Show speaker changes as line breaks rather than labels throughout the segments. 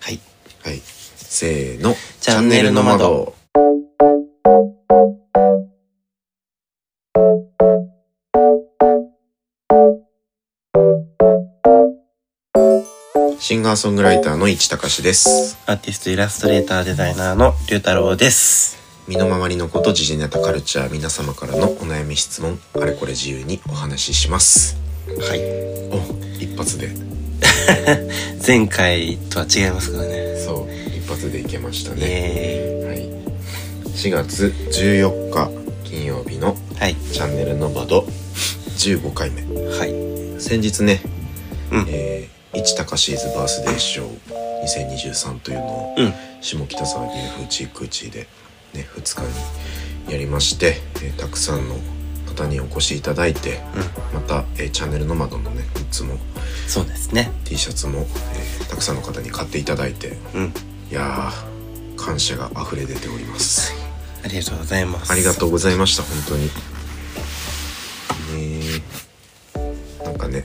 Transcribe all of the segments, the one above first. はい。
はい。せーの。
チャンネルの窓。
シンガーソングライターの市隆です。
アーティスト、イラストレーター、デザイナーの龍太郎です。
身の回りのこと、時事ネタ、カルチャー、皆様からのお悩み、質問、あれこれ自由にお話しします。
はい。
お、一発で。
前回とは違いますからね。
そう、一発でいけましたね。
え
はい。4月14日金曜日の
ー、はい。
チャンネルの窓15回目。
はい。
先日ね、
うん
えー、市高シーズバースデーショー2023というのを、
うん
下北沢ビューフチークーチーで、ね、2日にやりまして、えーたくさんの方にお越しいただいて、また、えーチャンネルの窓のねグッズも
そうですね。
T シャツも、えーたくさんの方に買っていただいて
うん。
いやー感謝が溢れ出ております
ありがとうございます。
ありがとうございました本当にねーなんかね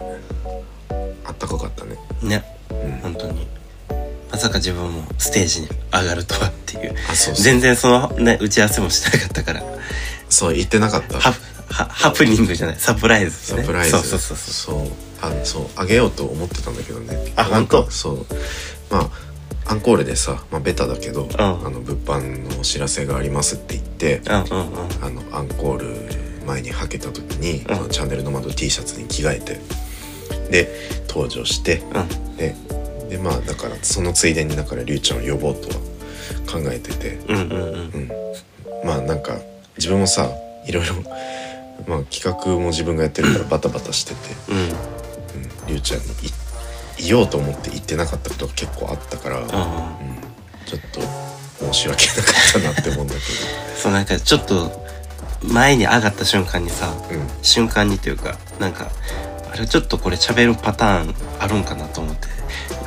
あったかかったね
う。ね。
うん
本当に。まさか自分もステージに上がるとはっていう。
あそうそう
全然そのね、打ち合わせもしてなかったから。
そう言ってなかった
ハプ、ハハプニングじゃない、サプライズです
サ
ね。
プライズ
そうそうそうそう。
そうあそうあげようと思ってたんだけどね
あ
なんか
本当
そうまあアンコールでさ、まあ、ベタだけど、
ん
あの物販のお知らせがありますって言って
うんうんうん。
あのアンコール前にはけた時に、
うん
そのチャンネルの窓 T シャツに着替えてで登場して
うん。
ででまあだからそのついでにだからりゅうちゃんを呼ぼうとは考えてて
うんうんうん。
うん、まあなんか自分もさいろいろ、まあ、企画も自分がやってるからバタバタしてて、
うん。
うん、りゅうちゃんにいいようと思って言ってなかったことが結構あったから、うん、ち
う
ょっ
んうん。
と申し訳なかったなって思うんだけ
そうなんかちょっと前に上がった瞬間にさ
ど、 うん、
瞬間にというかなんかあれちょっとこれ喋るパターンあるんかなと思って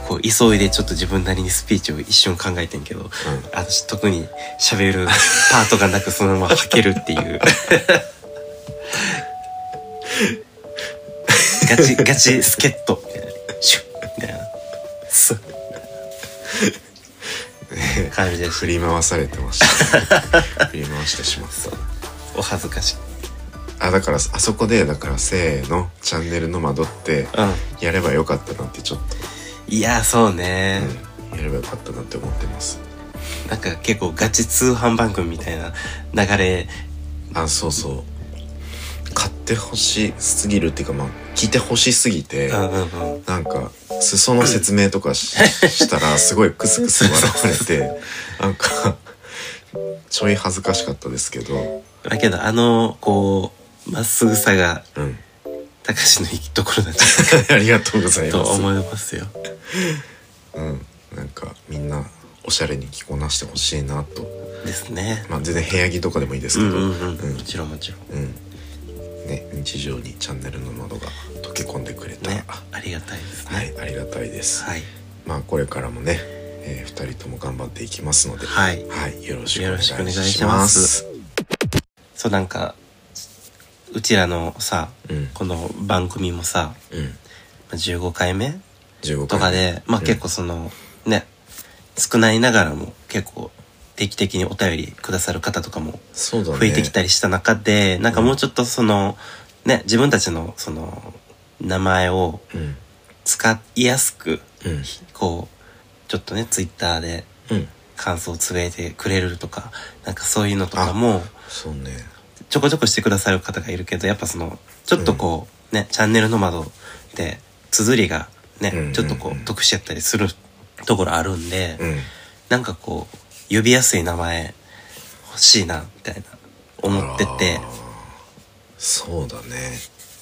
こう急いでちょっと自分なりにスピーチを一瞬考えてんけど私特に喋るパートがなくそのまま吐けるっていうガチガチ助っ人みたいなシュッみたいな
うん、
感じでし
振り回されてま した、振り回してしまった
お恥ずかしい
あだからあそこでだから「せーのチャンネルの窓」って
うん
やればよかったなってちょっと、
いやそうね、
うん、やればよかったなって思ってます
なんか結構ガチ通販番組みたいな流れ
あそうそう買ってほしすぎるっていうかまあ聞いてほしすぎて、
うんうんうん
なんか裾の説明とかししたらすごいクスクス笑われ てなんかちょい恥ずかしかったですけど、
だけどあのこうまっすぐさが
うん、
たかしのいいところなんじゃない
ありがとうござい
か
ま
と
す。
思いますよ
うん、なんかみんなおしゃれに着こなしてほしいなと、
ですね
まあ、全然部屋着とかでもいいです
う
け
ん
ど、
うんうん、
うん
もちろんもちろん
うんね、日常にチャンネルの窓が溶け込んでくれたら、
ねありがたいですね
はい、ありがたいです。
はい、
まあこれからもね、え2人とも頑張っていきますので、
はい
よろしくお願いし
よろしくお願い
ます。
しますそうなんかうちらのさ
うん、
この番組もさ
うん、
まあ15回目
15回
とかで、まあ
うん
結構その、ね少ないながらも結構定期的にお便りくださる方とかも
そうだね。
増えてきたりした中で、なんかもうちょっとその、ね、自分たちのその、名前を
うん、
使いやすく、
うん、
こう、ちょっとね、ツイッターで
うん、
感想をつぶやいてくれるとか、なんかそういうのとかも、
そうね。
ちょこちょこしてくださる方がいるけど、やっぱその、ちょっとこう、ね、チャンネルの窓って、綴りがね、
うん
ちょっとこ
うん
う、得しちゃったりするところあるんで、
うん、
なんかこう、呼びやすい名前欲しいな、みたいな、思ってて
あー、そうだね。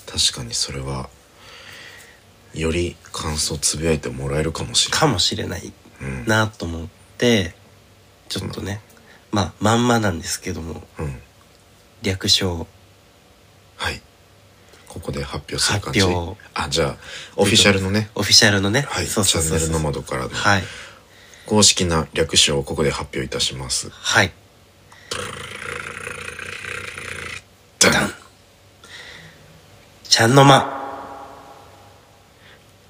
確かにそれはより感想つぶやいてもらえるかもしれな
か
い。
もしれない
うん、
なと思ってちょっとね、まあまんまなんですけども
うん、
略称
はい。ここで発表する感じ。
発表
あ、じゃあオフィシャルのね、
オフィシャルのね、
はい、チ
そうそう
ャン
そう
ネル
そ
の
う
窓からの
はい
公式な略称をここで発表いたします。
はい
ダン
ちゃんの間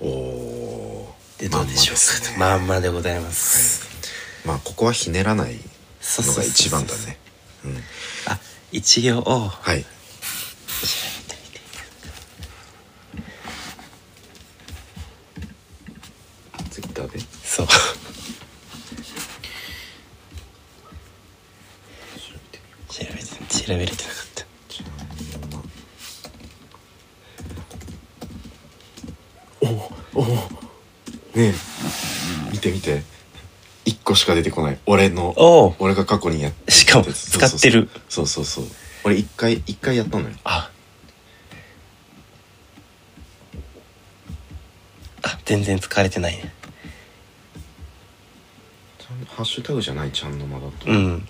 おー
でどうでしょうかまんまでございます、
まあここはひねらない
そう
の
そ
が
うそうそう
一番だねうん
あ一行を
はいツイッターで
そう調べて調べれてなかった
ねえ見て見て一個しか出てこない俺の
おう
俺が過去にやっ
しかも
やつ
使ってる
そうそうそうそうそう俺一回一回やったのよ
ああ全然使われてないね
ハッシュタグじゃないちゃんの間だと、
うん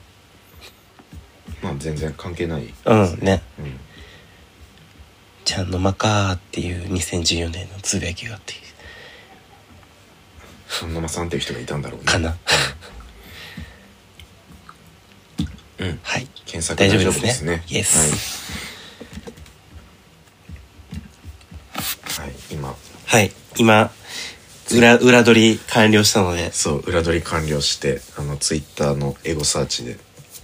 まあ全然関係ないです
うんね
うん
「ちゃんの間か」っていう2014年のつぶやきがあって
ちゃんの間さんっていう人がいたんだろうね
かな
うん
はい
検索
大丈夫ですねイエ
は
ス
い、はい、今
はい、今裏裏取り完了したので
そう裏取り完了してあのツイッターのエゴサーチで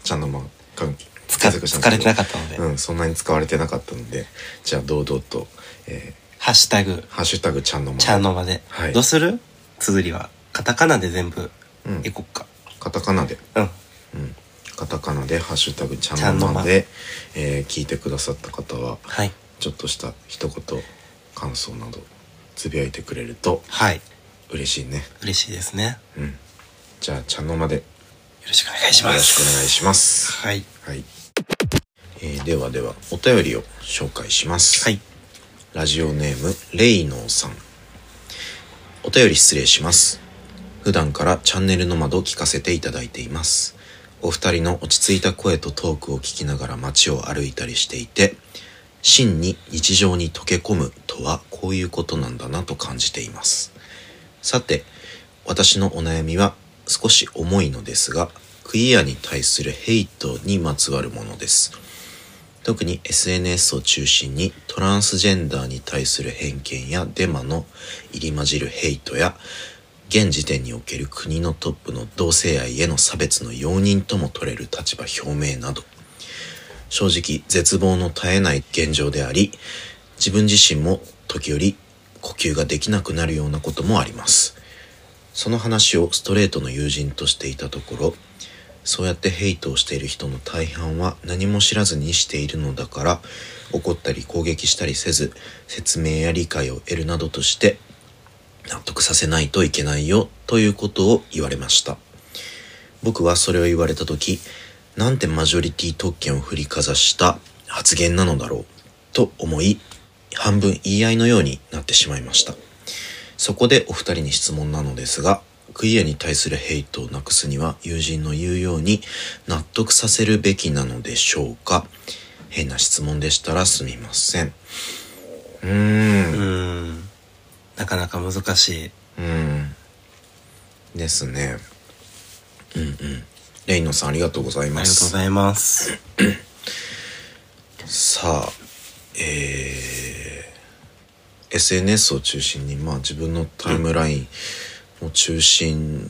ちゃんの間関係
使使われてなか
っ
ったので、
うんそんなに使われてなかったのでじゃあ堂々と、え
ハッシュタグ
ーハッシュタグちゃんの間
ちゃんの間で、
はい
どうする綴りはカタカナで全部
うん
いこっか
カタカナで
うん
うんカタカナで「ハッシュタグちゃ
ちゃん
ん
の
の
間
間で」えー聞いてくださった方は
はい
ちょっとした一言感想などつぶやいてくれると
はい
嬉しいね
嬉しいですね
うんじゃあちゃんの間でよ
よろしくお願いしま
ろ
す
しくお願いします
はい
はい、えーではではお便りを紹介します、
はい
ラジオネームレイノーさんお便り失礼します普段からチャンネルの窓を聞かせていただいていますお二人の落ち着いた声とトークを聞きながら街を歩いたりしていて真に日常に溶け込むとはこういうことなんだなと感じていますさて私のお悩みは少し重いのですがクイアに対するヘイトにまつわるものです特に SNS を中心にトランスジェンダーに対する偏見やデマの入り混じるヘイトや現時点における国のトップの同性愛への差別の容認とも取れる立場表明など正直絶望の絶えない現状であり自分自身も時折呼吸ができなくなるようなこともありますその話をストレートの友人としていたところそうやってヘイトをしている人の大半は何も知らずにしているのだから怒ったり攻撃したりせず説明や理解を得るなどとして納得させないといけないよということを言われました僕はそれを言われた時なんてマジョリティ特権を振りかざした発言なのだろうと思い半分言い合いのようになってしまいましたそこでお二人に質問なのですが、クイアに対するヘイトをなくすには友人の言うように納得させるべきなのでしょうか変な質問でしたらすみません。うー。
うんーんなかなか難しい
うん。ですね。うんうん。レイノさんありがとうござい
あ
ま
りがとうご
す。
ざいます
さあ、えー SNS を中心に、まあ自分のタイムラインを中心、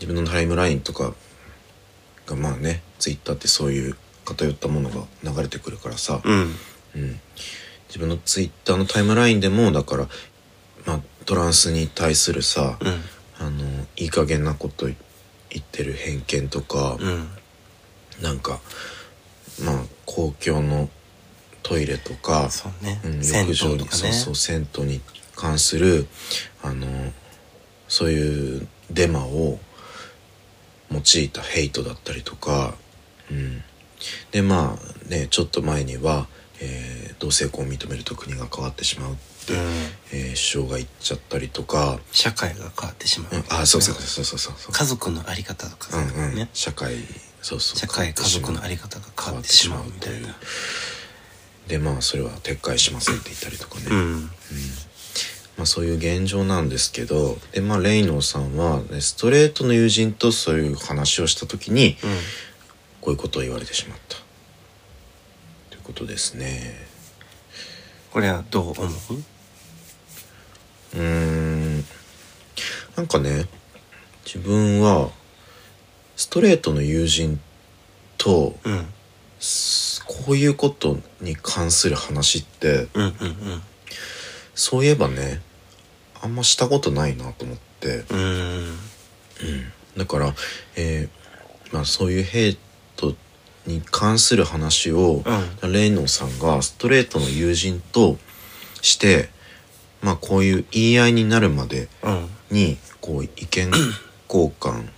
自分のタイムラインとかが、まあね、ツイッターってそういう偏ったものが流れてくるからさ、
うん
うん、自分のツイッターのタイムラインでも、だから、まあトランスに対するさ、
うん
あの、いい加減なこと言ってる偏見とか、
うん
なんか、まあ公共のトイレとか、
そうね、
うん、
銭
浴
湯と
場
か
に、
ね
そうそう銭湯に関するあのそういうデマを用いたヘイトだったりとか、うん、でまあねちょっと前には、えー同性婚を認めると国が変わってしまう、
うん
えー首相が言っちゃったりとか、
社会が変わってしまう、
うん、あそうそうそうそうそうそう
家族のあり方とかさ、
うんうん
ね、
社会そうそう
社会家族のあり方が変わってしまうみたいな
でまあそれは撤回しませんって言ったりとかね、
うん
まあ、そういう現状なんですけどで、まあ、レイノーさんはねストレートの友人とそういう話をした時に
うん
こういうことを言われてしまったということですね
これはどう思う
うーんなんかね自分はストレートの友人と
うん
すこういうことに関する話って
うんうん
そういえばねあんましたことないなと思って
うんうん
だから、えーまあ、そういうヘイトに関する話を、レイノーさんがストレートの友人として、まあ、こういう言い合いになるまで
うん
にこう意見交換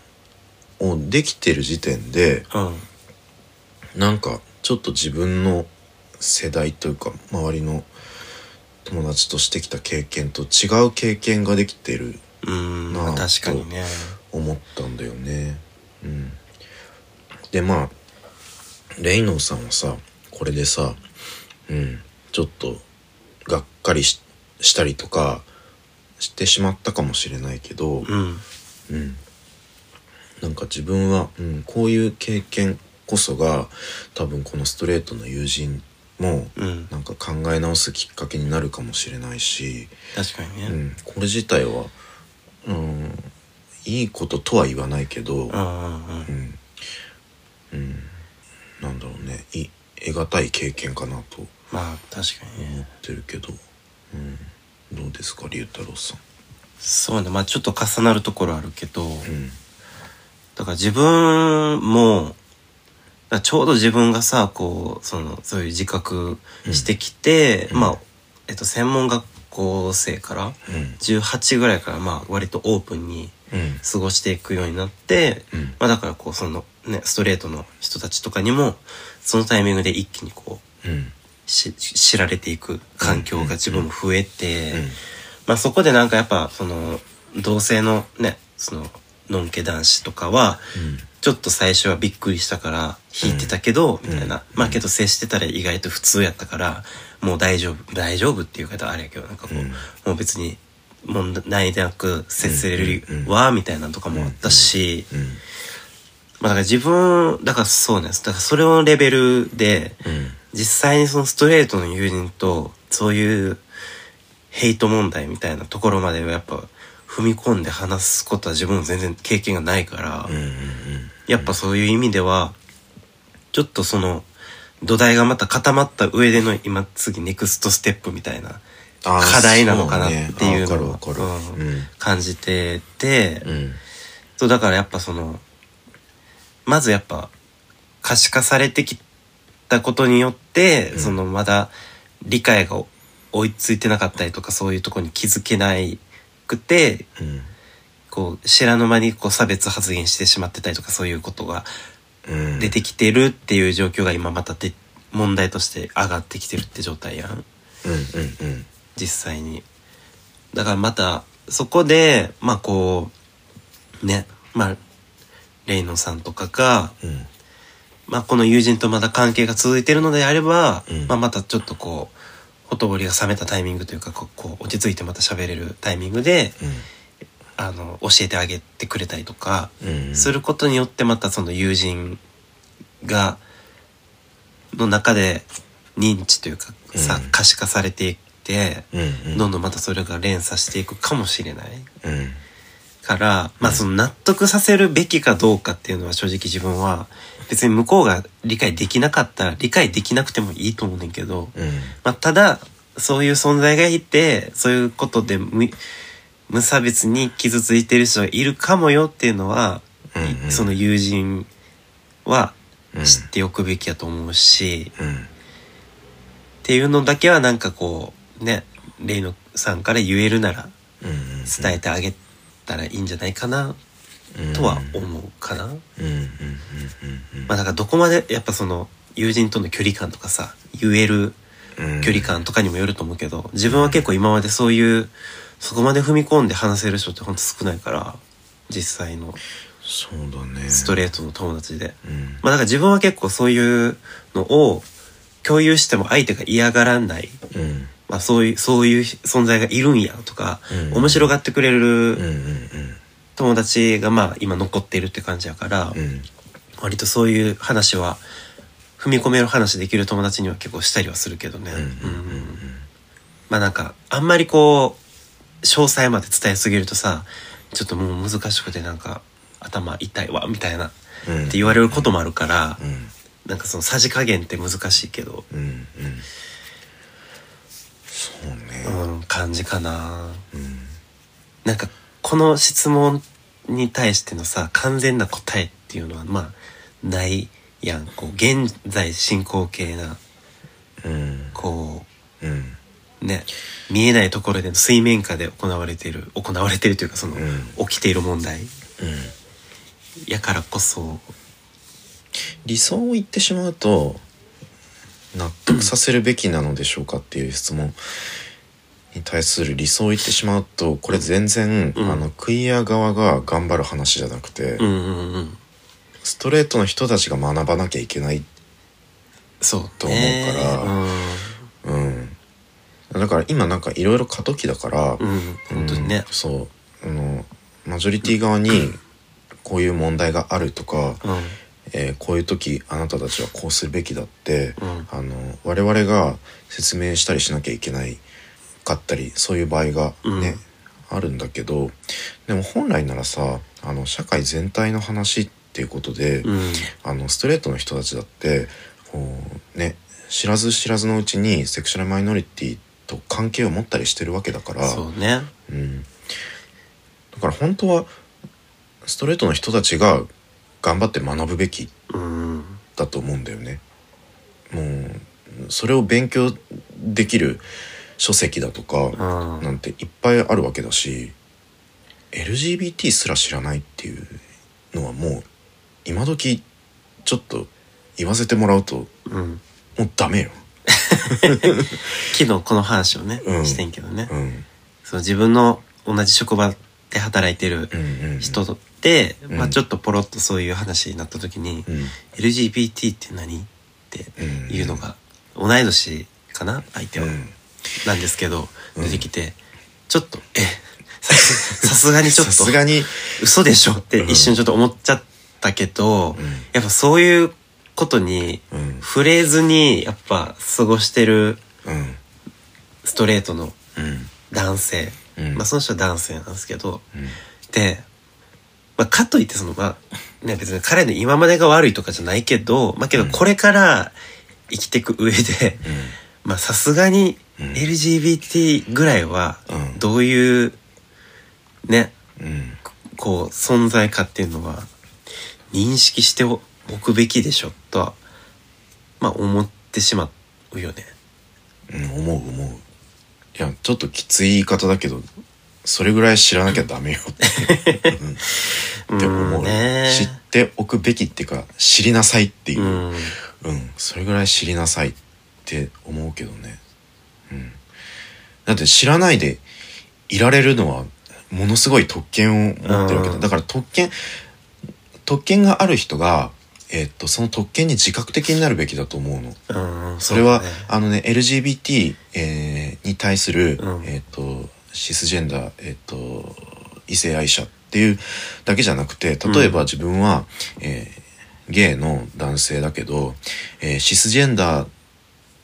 をできてる時点で
うん
なんかちょっと自分の世代というか周りの友達としてきた経験と違う経験ができてる
うん
なあ
まあ確かにね
思ったんだよね。うん、でまあレイノーさんはさこれでさ、うん、ちょっとがっかりししたりとかしてしまったかもしれないけど、
うん
うん、なんか自分は、うん、こういう経験こそが多分このストレートの友人も
うん
なんか考え直すきっかけになるかもしれないし、
確かに
う
ね
ん、これ自体は、うん、いいこととは言わないけど、
うんうんうん
うんうん、なんだろうねい得難い経験かなと
まあ確かに
思っ
ね
てるけど、うん、どうですか龍太郎さん。
そうねまあちょっと重なるところあるけど
うん
だから自分もだからちょうど自分がさこうそのそういう自覚してきて、
うん
ま
うん
あ、えっと、専門学校生から
うん
18ぐらいからまあ割とオープンに
うん
過ごしていくようになって、
うん
まあ、だからこうその、ね、ストレートの人たちとかにもそのタイミングで一気にこう
うん
し知られていく環境が自分も増えて、
うん
まあ、そこでなんかやっぱその同性のねそののんけ男子とかは
うん
ちょっと最初はびっくりしたから弾いてたけど、
うん
みたいな、
うん
まあけど接してたら意外と普通やったからもう大丈夫大丈夫っていう方あれやけどなんかこう、
うん
もう別に問題なく接せれる
うんうん
わみたいなのとかもあったし、
うん
まあだから自分だからそうなんですだからそれのレベルで
うん
実際にそのストレートの友人とそういうヘイト問題みたいなところまではやっぱ踏み込んで話すことは自分も全然経験がないから、
うんうん
やっぱそういう意味ではちょっとその土台がまた固まった上での今次ネクストステップみたいな
あー
課題なのかなっていう
そうね
の
あーわ
を
かるわかる
感じてて、
うんうん
そうだからやっぱそのまずやっぱ可視化されてきたことによって、
うん
そのまだ理解が追いついてなかったりとかそういうところに気づけないくて
うん
こう知らぬ間にこう差別発言してしまってたりとかそういうことが
うん
出てきてるっていう状況が今またで問題として上がってきてるって状態やん
うんうんうん
実際にだからまたそこでまあこうねまあレイノさんとかが、
うん
まあ、この友人とまだ関係が続いてるのであれば、
うん
まあ、またちょっとこうほとぼりが冷めたタイミングというかこうこう落ち着いてまた喋れるタイミングであの教えてあげてくれたりとか、
うんうん
することによってまたその友人がの中で認知というかさ、
うん
可視化されていって、
うんうん
どんどんまたそれが連鎖していくかもしれない
うん
から、まあその納得させるべきかどうかっていうのは正直自分は別に向こうが理解できなかったら理解できなくてもいいと思うねんけど、
うん
まあただそういう存在がいてそういうことで無無差別に傷ついてる人がいるかもよっていうのは、
うんうん
その友人は
うん
知っておくべきやと思うし、
うん
っていうのだけはなんかこうねレイノさんから言えるなら
うんうん
伝えてあげたらいいんじゃないかなとは思うかな。
うんうんうんうん
まあだからどこまでやっぱその友人との距離感とかさ言える
うん
距離感とかにもよると思うけど自分は結構今までそういうそこまで踏み込んで話せる人ってほんと少ないから実際の
そうだね
ストレートの友達で。
うん
まあだから自分は結構そういうのを共有しても相手が嫌がらない
うん
まあ、そういうそういう存在がいるんやとか、
うん
面白がってくれ
うんう
る
ん
友達がまあ今残っているって感じやから、
うんうん
割とそういう話は踏み込める話できる友達には結構したりはするけどね、
うんうんうんうん
まあなんかあんまりこう詳細まで伝えすぎるとさちょっともう難しくてなんか頭痛いわみたいなっ
うん
て言われることもあるから、
うん
なんかそのさじ加減って難しいけど、
うんうんそうね
うん、感じかな
うん
なんかこの質問に対してのさ完全な答えっていうのはまあないやんこう現在進行形な
うん
こ
うん
うね見えないところでの水面下で行われてる行われてるというかその、
うん
起きている問題
うん
やからこそ
理想を言ってしまうと納得させるべきなのでしょうかっていう質問に対する理想を言ってしまうとこれ全然、
うん
あのクイア側が頑張る話じゃなくて、
うんうんうん
ストレートの人たちが学ばなきゃいけない、
そう
と思うから
ね
うん、だから今なんかいろいろ過渡期だから、
うん、うん、本当にね
うん、そうあのマジョリティ側にこういう問題があるとか、
うん
えーこういう時あなたたちはこうするべきだって、
うん
あの我々が説明したりしなきゃいけないかったりそういう場合がね、あるんだけどでも本来ならさあの社会全体の話っていうことで、
うん
あのストレートの人たちだってこうね知らず知らずのうちにセクシュアルマイノリティと関係を持ったりしてるわけだから。
そうね
うん、だから本当はストレートの人たちが頑張って学ぶべき
うん
だと思うんだよね。もうそれを勉強できる書籍だと
う
か
ん
なんていっぱいあるわけだし LGBT すら知らないっていうのはもう今時ちょっと言わせてもらうと
うん
もうダメよ。
昨日この話をね、
うん
してんけどね、
うん
その自分の同じ職場で働いてる
うんうん、
人とって、
ん
まあ、ちょっとポロッとそういう話になった時に「
うん、
LGBT って何?」っていうのが同い年かな相手
う
は、
ん
なんですけど
うん
出てきて、ちょっと「えさすさすがにちょっ
さ
と
すがに、
嘘でしょ」って一瞬ちょっと思っちゃったけど、
うん
やっぱそういうことに
うん
触れずにやっぱ過ごしてる
うん
ストレートの
うん
男性、
うん
まあその人は男性なんですけど
うん
で、まあ、かといってそのまあ、ね、別に彼の今までが悪いとかじゃないけどまあけど
うん
これから生きていく上でまあさすがに
うん
LGBT ぐらいは
うん
どういうね
うん
こう存在かっていうのは認識しておくべきでしょとはまあ思ってしまうよね。
うん思う思ういやちょっときつい言い方だけどそれぐらい知らなきゃダメよってうんって思
う
うん
ね
知っておくべきっていうか知りなさいっていうう、
ん
うん、それぐらい知りなさいって思うけどね、うん、だって知らないでいられるのはものすごい特権を持ってるわけだ、
うん
だから特権特権がある人が、えっとその特権に自覚的になるべきだと思うの。
うん
それは、
うね
あのね LGBT、えーに対する、
うん
えっ、とシスジェンダー、えっと異性愛者っていうだけじゃなくて例えば自分は、えーゲイの男性だけど、えーシスジェンダー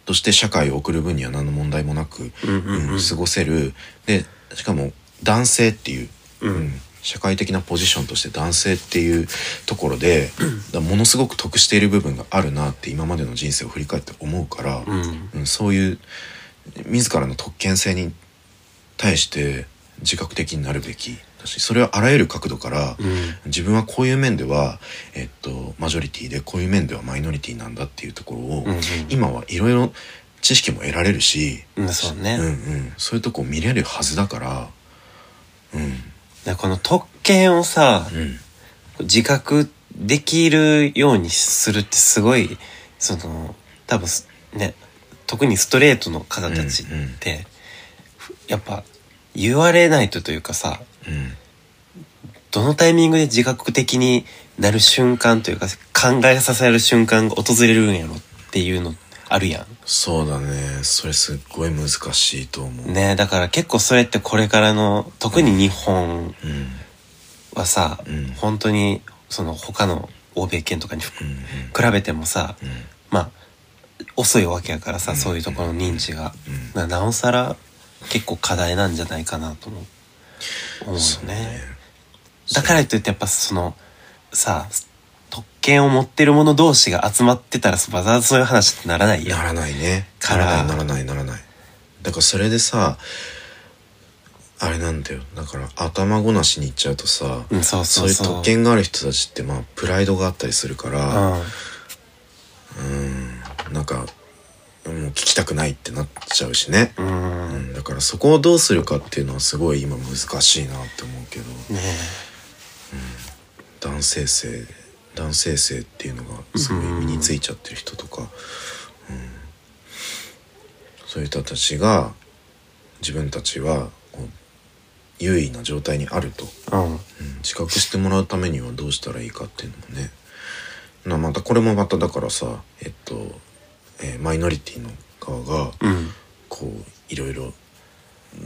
として社会を送る分には何の問題もなく、
うんうんうん
うん過ごせるでしかも男性っていう、
うん
社会的なポジションとして男性っていうところで、だものすごく得している部分があるなって今までの人生を振り返って思うから、
うん
うんそういう自らの特権性に対して自覚的になるべきだしそれはあらゆる角度から、
うん
自分はこういう面では、えっと、マジョリティでこういう面ではマイノリティなんだっていうところを、
うんうん
今はいろいろ知識も得られるし、
うんそうね、
うんうん、そういうとこ見れるはずだから、うん
でこの特権をさ、
うん
自覚できるようにするってすごいその多分すね特にストレートの方たちって、
うんうん
ふやっぱ言われないとというかさ
うん
どのタイミングで自覚的になる瞬間というか考えさせられる瞬間が訪れるんやろっていうのあるや
そうだねそれすっごい難しいと思う。
ん。ねだから結構それってこれからの特に日本
うん
はさ、
うん
本当にその他の欧米圏とかに
うんうん
比べてもさ、
うん
まあ遅いわけやからさ、
うん
そういうところの認知が、
うん
ななおさら結構課題なんじゃないかなと思う思うよね
そうね
だからといってやっぱそのさ特権を持ってる者同士が集まってたらわざわざそういう話ってならないよ
ならないねな
から
な
ら
いならないならないだからそれでさあれなんだよだから頭ごなしに言っちゃうとさ、
うんそう
そ
そうう
いう
そう
特権がある人たちってまあプライドがあったりするか
う
ら
ん
うんなんかもう聞きたくないってなっちゃうしね、
うん
う
ね
ん、だからそこをどうするかっていうのはすごい今難しいなって思うけど
え
男性性男性性っていうのがすごい身についちゃってる人とか、うん、そういう人たちが自分たちはこう優位な状態にあると、
うん
うん、自覚してもらうためにはどうしたらいいかっていうのもねなまたこれもまただからさえっと、えーマイノリティの側が
うん
こういろいろ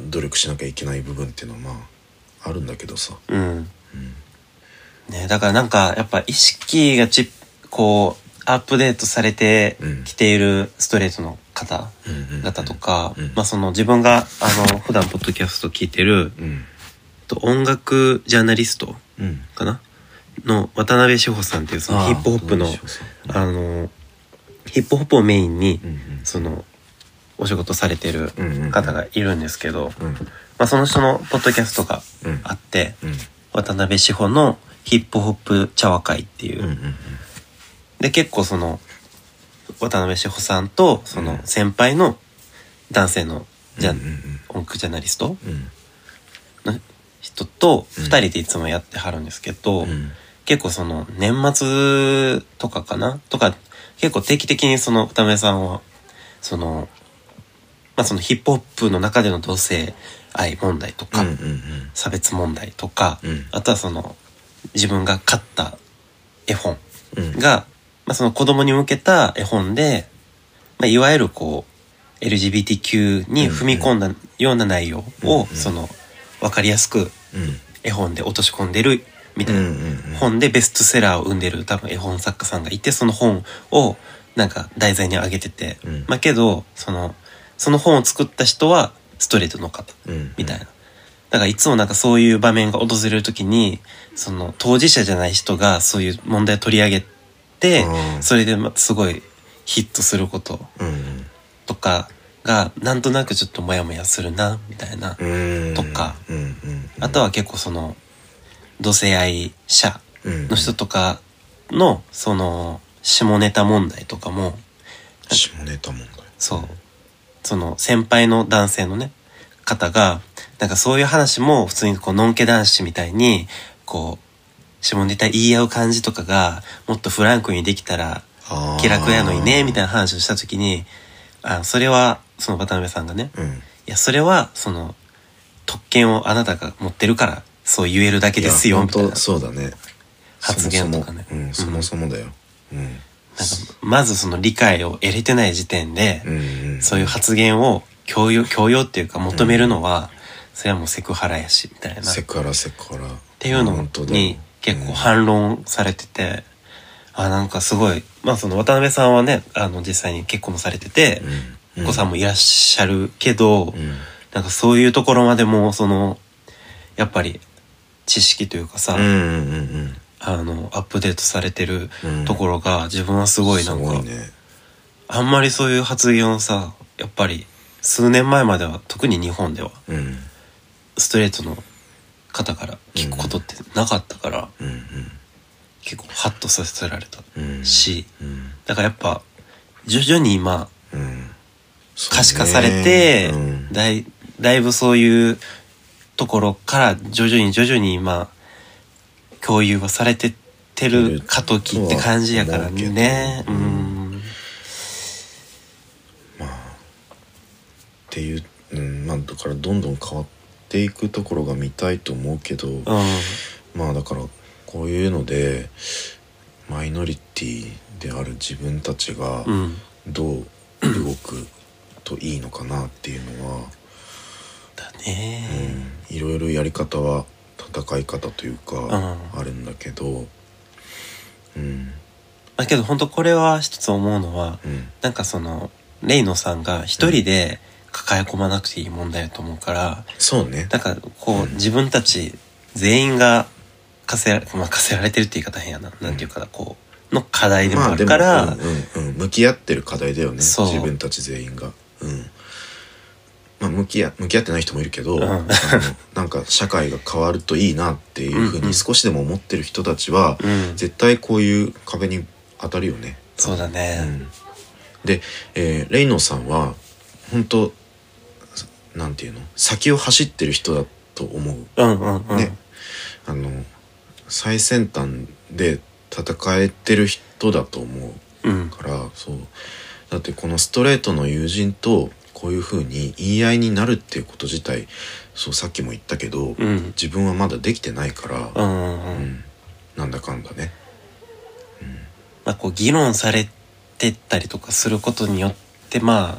努力しなきゃいけない部分っていうのはまああるんだけどさ、
うんねだからなんかやっぱ意識がちこうアップデートされてきているストレートの方
うんうんうん
々とか、
うん
まあその自分があの普段ポッドキャスト聞いてる
うん
と音楽ジャーナリスト
うん
かなの渡辺志保さんっていうそのヒップホップの
あーそうでしょう
あのヒップホップをメインに
うんうん
そのお仕事されてる
うんうん
方がいるんですけど、
うん
まあ、その人のポッドキャストが
うん
あって、
うん
渡辺志保のヒップホップ茶話会ってい
う
う、
んうん
で結構その渡辺志保さんとその先輩の男性のじゃ、
うんうん
音楽ジャーナリスト
うん
の人と
うん
2人でいつもやってはるんですけど、
うん
結構その年末とかかなとか結構定期的にその渡辺さんはそのまあそのヒップホップの中での同性愛問題とか、
うんうんうん
差別問題とか、
うん
あとはその自分が買った絵本
うん
が、まあ、その子供に向けた絵本で、まあ、いわゆるこう LGBTQ に踏み込んだような内容
うんう
を
ん
その分かりやすく
うん
絵本で落とし込んでるみたいな
うんうんうん
本でベストセラーを生んでる多分絵本作家さんがいてその本をなんか題材に挙げてて、
うん
まあけどそのその本を作った人はストレートの方
うん
みたいな。だからいつもなんかそういう場面が訪れるときに、その当事者じゃない人がそういう問題を取り上げて
あ、ー
それでますごいヒットすること
うん
とかが、なんとなくちょっとモヤモヤするな、みたいな。
うんうん
とか
うんうんうん
あとは結構その、同性愛者
うん
の人とかの、その、下ネタ問題とかも、
下ネタ問題
そう。その先輩の男性のね、方が、なんかそういう話も普通にこう、のんけ男子みたいに、こう、下ネタ言い合う感じとかが、もっとフランクにできたら、
あー
気楽やのにね、みたいな話をしたときに、あそれは、その渡辺さんがね、
うん
いや、それは、その、特権をあなたが持ってるから、そう言えるだけです
いや
よ、
ほん
みたいな。
とそうだね
発言とかね
そもそもうんそもそもだようん
なんかまずその理解を得れてない時点で、
うんうん
そういう発言を強要、強要っていうか求めるのは、それはもうセクハラやし、みたいな。
セ
っ
クハラセクハラって
いうのに結構反論されてて、あ、なんかすごい、まあその渡辺さんはね、あの実際に結婚もされてて、お子さんもいらっしゃるけ
う
ど、
ん
なんかそういうところまでも、その、やっぱり知識というかさ、
うんうんうん
あの、アップデートされてる
うん
ところが自分はすごいなんか、
すごいね
あんまりそういう発言をさ、やっぱり数年前までは、特に日本では、
うん
ストレートの方から聞くことってなかったから、
うん
結構ハッとさせられた
うんうん
し、
うん
だからやっぱ徐々に今
うんそうね
可視化されて、
うん
だいだいぶそういうところから徐々に徐々に今共有はされてってる過渡期って感じやからね。
と
う
は思うけど
ん
まあっていう、うん、まあだからどんどん変わっていくところが見たいと思うけど、
うん
まあだからこういうのでマイノリティである自分たちが
うん
どう動くといいのかなっていうのは、
だ
う
ね。
ん、いろいろやり方は戦い方というか
う
あるんだけどうん
だけど本当これは一つ思うのは、
うん
なんかそのレイノさんが一人で抱え込まなくていい問題だと思うから、
そうね
だから
う
こうん自分たち全員が課せられ、まあ、課せられてるって言い方変やな。なんていうかな、こう、の課題でも
ま
あ
あで
る
も
から、
うんうんうん、向き合ってる課題だよね
そう
自分たち全員が、うんまあ、向き合向き合ってない人もいるけど、
ん
あのなんか社会が変わるといいなっていうふう
うんう
に
ん
少しでも思ってる人たちは、
うん
絶対こういう壁に当たるよね。
そうだね。
うんで、えーレイノさんは本当なんていうの先を走ってる人だと思う。
うんうんうん。
ね、あの最先端で戦えてる人だと思
うん
う。からそうだってこのストレートの友人とこういうふうに言い合いになるっていうこと自体そうさっきも言ったけど、
うん。
自分はまだできてないから、
うんうんう。
うんんなんだかんだね
まあ、こう、議論されてったりとかすることによって、まあ、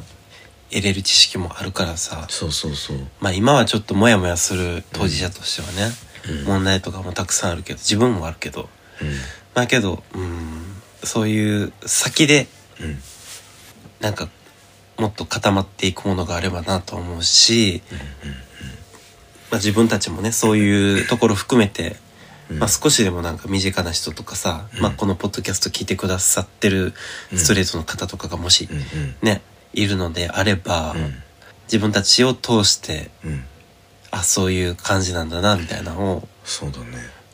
得れる知識もあるからさ、
そうそうそう
まあ今はちょっとモヤモヤする当事者としてはね、
うん
問題とかもたくさんあるけど、自分もあるけど、
う
まあけど、うん、そういう先で、
んうん
なんか、もっと固まっていくものがあればなと思うし、まあ自分たちもね、そういうところ含めて、
うん
まあ少しでもなんか身近な人とかさ、
うん
まあこのポッドキャスト聞いてくださってるストレートの方とかがもし
うんうん
ね、いるのであれば、
うん
自分たちを通して、
うん
あ、そういう感じなんだな、みたいなのを、
そうだね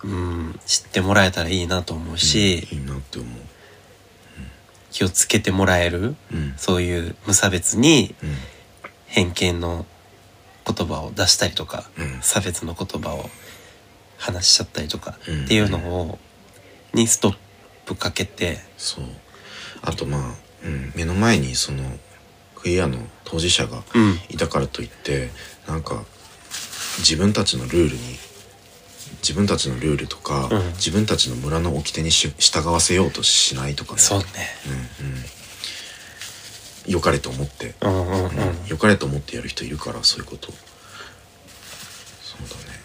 うん、知ってもらえたらいいなと思うし、
うんいいなって思う
気をつけてもらえる、
うん
そういう無差別に
うん
偏見の言葉を出したりとか、
うん
差別の言葉を話しちゃったりとか、
うん
っていうのを、にストップかけて、
そうあとまあ、うん、目の前にそのクイアの当事者が
うん、
いたからといってなんか自分たちのルールに自分たちのルールとか、
うん
自分たちの村の掟にし従わせようとしないとかね
そうね。
うんうん、良かれと思って、
うんうんうん。
うん良かれと思ってやる人いるからそういうことそうだね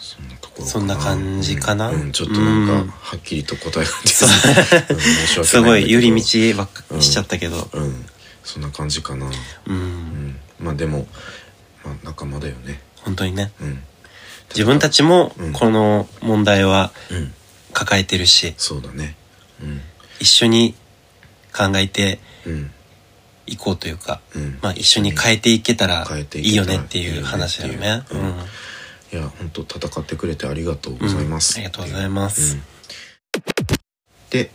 そんなところか
そんな感じかな
うんうんちょっとなんか、
うん
はっきりと答えが出て、うん、申し
す
訳
ご
ないんだけど
い寄り道ばっかしちゃったけど、
うんそんな感じかな
うん、
うんまあでも、まあ、仲間だよね
本当にね。
うん
自分たちも
うん
この問題は
うん
抱えてるし、
そうだねうん
一緒に考えて
うん
いこうというか、
うん
まあ一緒に変えていけたら
変えて
い
いけ
い
た
よ
ら
ねっていう話だよ
いいよね
ね
っ。ていううんいや本当戦ってくれてありがとう
うん
ございます、
ありがとうございます。
で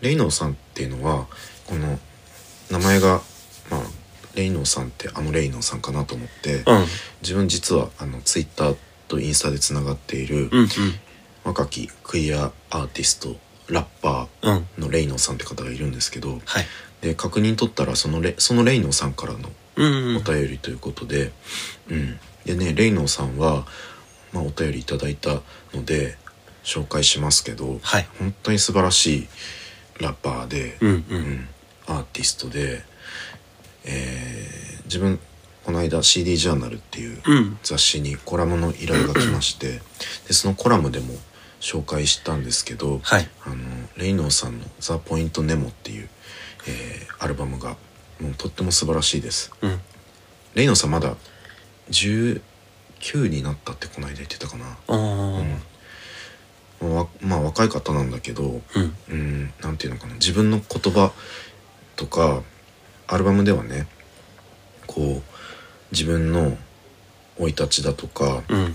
レイノーさんっていうのはこの名前が、まあ、レイノーさんってあのレイノーさんかなと思って、
うん、うん、
自分実はあのツイッターとインスタでつながっている
うん、
若きクイアアーティストラッパ
うん、うん、
ーのレイノーさんって方がいるんですけど
はい。
で確認取ったらそのレそのレイノーさんからの
うん、う
お
ん、
便りということで、うんでねレイノーさんは、まあ、お便りいただいたので紹介しますけど、
はい
本当に素晴らしいラッパーで、
うん、う、
うんんアーティストで、えー自分この間 CD ジャーナルっていう
うん、
雑誌にコラムの依頼が来ましてでそのコラムでも紹介したんですけど、
はい。
あのレイノーさんの「ザ・ポイント・ネモ」っていう、えーアルバムがもうとっても素晴らしいです。
うん、
レイノさんまだ19になったってこの間言ってたかな、
おー
わまあ若い方なんだけど
うん、
うんなんていうのかな自分の言葉とかアルバムではねこう自分の生い立ちだとか
うん、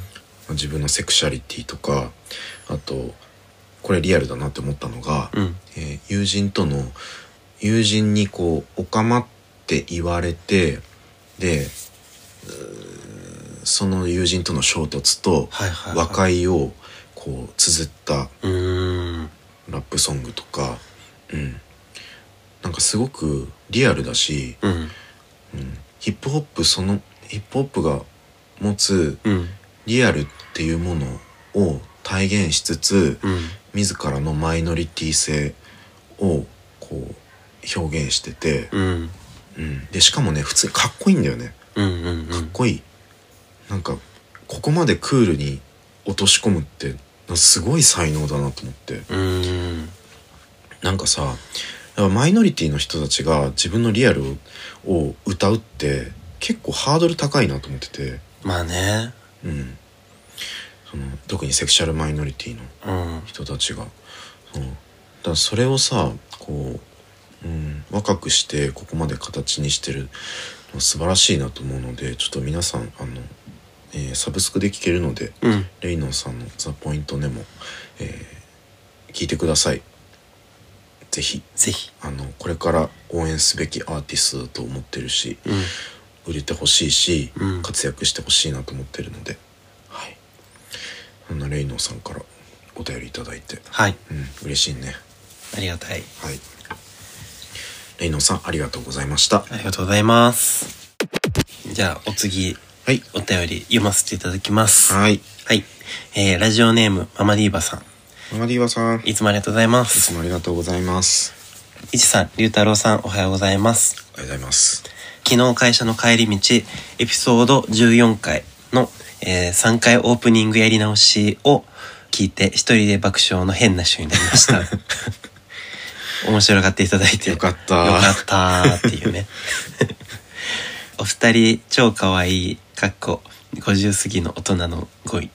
自分のセクシャリティとかあとこれリアルだなって思ったのが、
うん、
えー友人との友人にこう「おかま」って言われてでうーその友人との衝突と
はい、はい。
和
い。
解をこう綴った
うーん、
ラップソングとか、うん、なんかすごくリアルだし、
うん、
うん、ヒップホップそのヒップホップが持つ
うん、
リアルっていうものを体現しつつ、
うん、
自らのマイノリティ性をこう表現してて、
うん、
うん、でしかもね普通にかっこいいんだよね
うん、うん、う
かっ
ん。
こいい、なんかここまでクールに落とし込むってすごい才能だなと思って
うーん、
なんかさだからマイノリティの人たちが自分のリアルをを歌うって結構ハードル高いなと思ってて
まあね。
うんその特にセクシャルマイノリティの
うん
人たちが、うん、だからそれをさこう、うん、若くしてここまで形にしてるのは素晴らしいなと思うのでちょっと皆さんあの、えーサブスクで聴けるので、
うん
レイノンさんの「ザ・ポイントネモ」えー聞いてくださいぜひ
ぜひ
あのこれから応援すべきアーティストだと思ってるし
うん
売れてほしいし、
うん
活躍してほしいなと思ってるのではいあのレイノンさんからお便りいただいて
はい
うん嬉しいね
ありがたい
はいレイノンさんありがとうございました
ありがとうございますじゃあお次
はい
お便り読ませていただきますはい、
はい
えー、ラジオネームママディーバさん
ママディーバさんい
いつもありがとうございま
つ
す
もありがとうございます
いちさんりゅうたろうさんおはようございます
ありがとうございます
昨日会社の帰り道エピソード14回の、えー3回オープニングやり直しを聞いて一人で爆笑の変な週になり ました面白がっていただいて
よかった
よかったっていう ねお二人超可愛いかっこ50過ぎの大人の語 彙